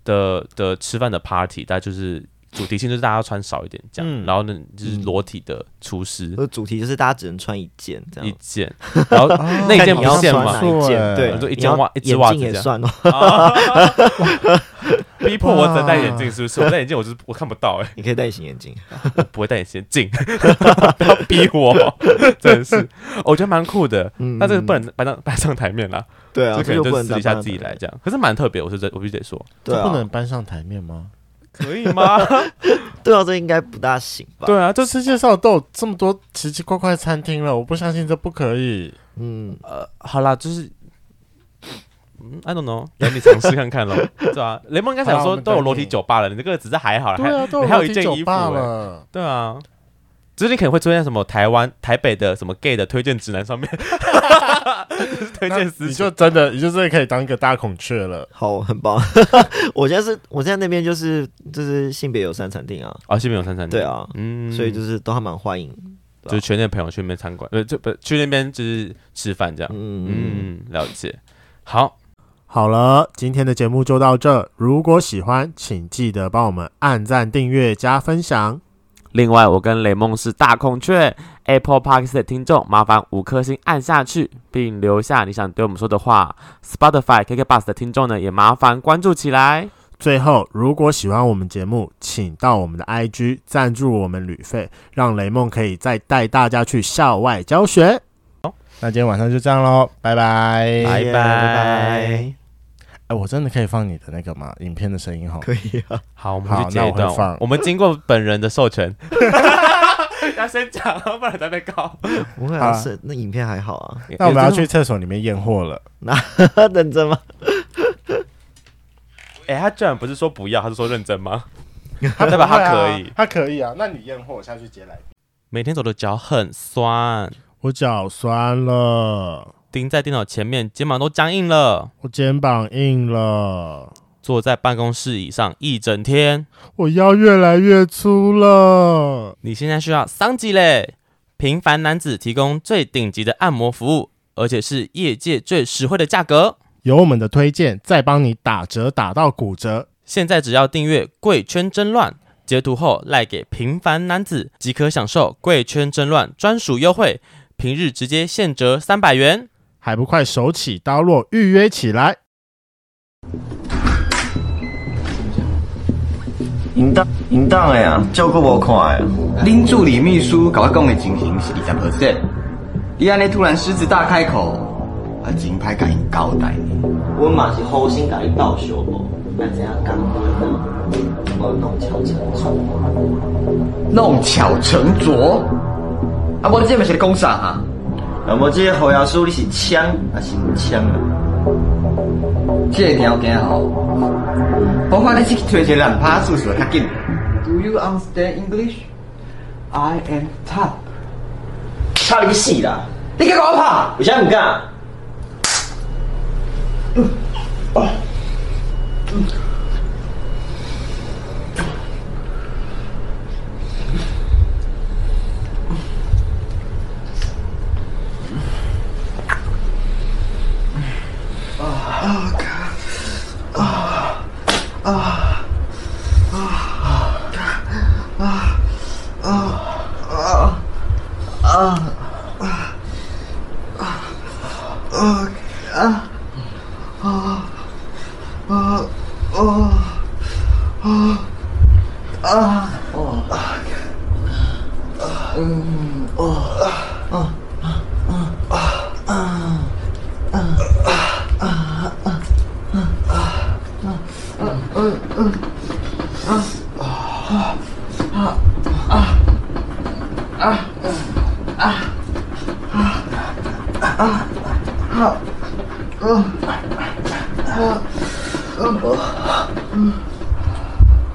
的的吃饭的 party，大家就是主题性就是大家穿少一点这样，嗯然后呢就是裸体的厨师我的主题就是大家只能穿一件这一样，件，然后啊那件你不要限穿嘛哪一件？哎对，你说一你件要袜一只眼袜镜子也这样算哦，逼迫我只能戴眼镜，是不是？我戴眼镜我就是我看不到哎、你可以戴隐形 眼镜。我不会戴隐形眼镜， 不要逼我，真的是，哦我觉得蛮酷的。嗯，那这个不能摆上摆上台面啦，对啊，这可这能就不就能私底当下伴自己侣来，这样，可是蛮特别，我是真我必须得说，对这不啊能，搬上台面吗？可以吗？对啊，这应该不大行吧？对啊，就这是世界上都有这么多奇奇怪怪的餐厅了，我不相信这不可以。嗯， 好啦，就是。嗯，I don't know，等 你尝试看看咯，对啊，雷蒙应该想好啦我说们都有等裸体你酒吧了，你这个只是还好啦，对啊，还都有还有裸一体件酒衣服吧欸了。对啊，就是你可能会出现什么台湾台北的什么 gay 的推荐指南上 面，推那荐私你处就真的，你就真的可以当一个大孔雀了。好，很棒。 我现在是，我现在那边就是就是性别友善餐厅啊，啊，西边有三三对，啊，嗯，所以就是都还蛮欢迎。就是圈内朋友去那边参观，呃，就不去那边就是吃饭这样，嗯，嗯，了解，好，好了，今天的节目就到这。如果喜欢，请记得帮我们按赞、订阅、加分享。另外，我跟雷梦是大孔雀 Apple Park 的听众，麻烦五颗星按下去，并留下你想对我们说的话。Spotify KK Bus 的听众呢，也麻烦关注起来。最后，如果喜欢我们节目，请到我们的 IG 赞助我们旅费，让雷梦可以再带大家去校外教学。好那今天晚上就这样喽，拜拜。拜谢谢拜拜哎，我真的可以放你的那个吗？影片的声音哈。可以啊。好，我们好去接那一我会段放，我们经过本人的授权， 要先讲，不然再被告。不会好啊，啊是那影片还好啊，那我们要去厕所里面验货 了。 认真吗？哎、他居然不是说不要，他是说认真吗？代表他可以。啊他可以啊。那你验货，我下去接来。每天走的脚很酸，我脚酸了，盯在电脑前面，肩膀都僵硬了。我肩膀硬了，坐在办公室椅上一整天，我腰越来越粗了。你现在需要桑吉嘞！平凡男子提供最顶级的按摩服务，而且是业界最实惠的价格。有我们的推荐，再帮你打折打到骨折。现在只要订阅《贵圈争乱》，截图后赖给平凡男子，即可享受《贵圈争乱》专属优惠，平日直接现折三百元。还不快手起刀落预约起来！应当应当的呀，照顾无看的。啊林助理秘书甲我讲的情形是二十 percent，伊安尼突然狮子大开口，啊，真歹甲因交代呢。我嘛是好心甲你倒小无，咱怎样讲呢？我弄巧成拙。弄巧成拙，啊，无你这嘛是咧讲啥啊？那么这个侯亚叔你是枪还是唔枪啊？这个条件吼，包括你去找一个烂趴住手较紧。Do you understand English? I am top。操你个死啦！你敢甲我拍？为啥唔敢？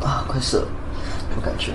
啊，快射！我感觉。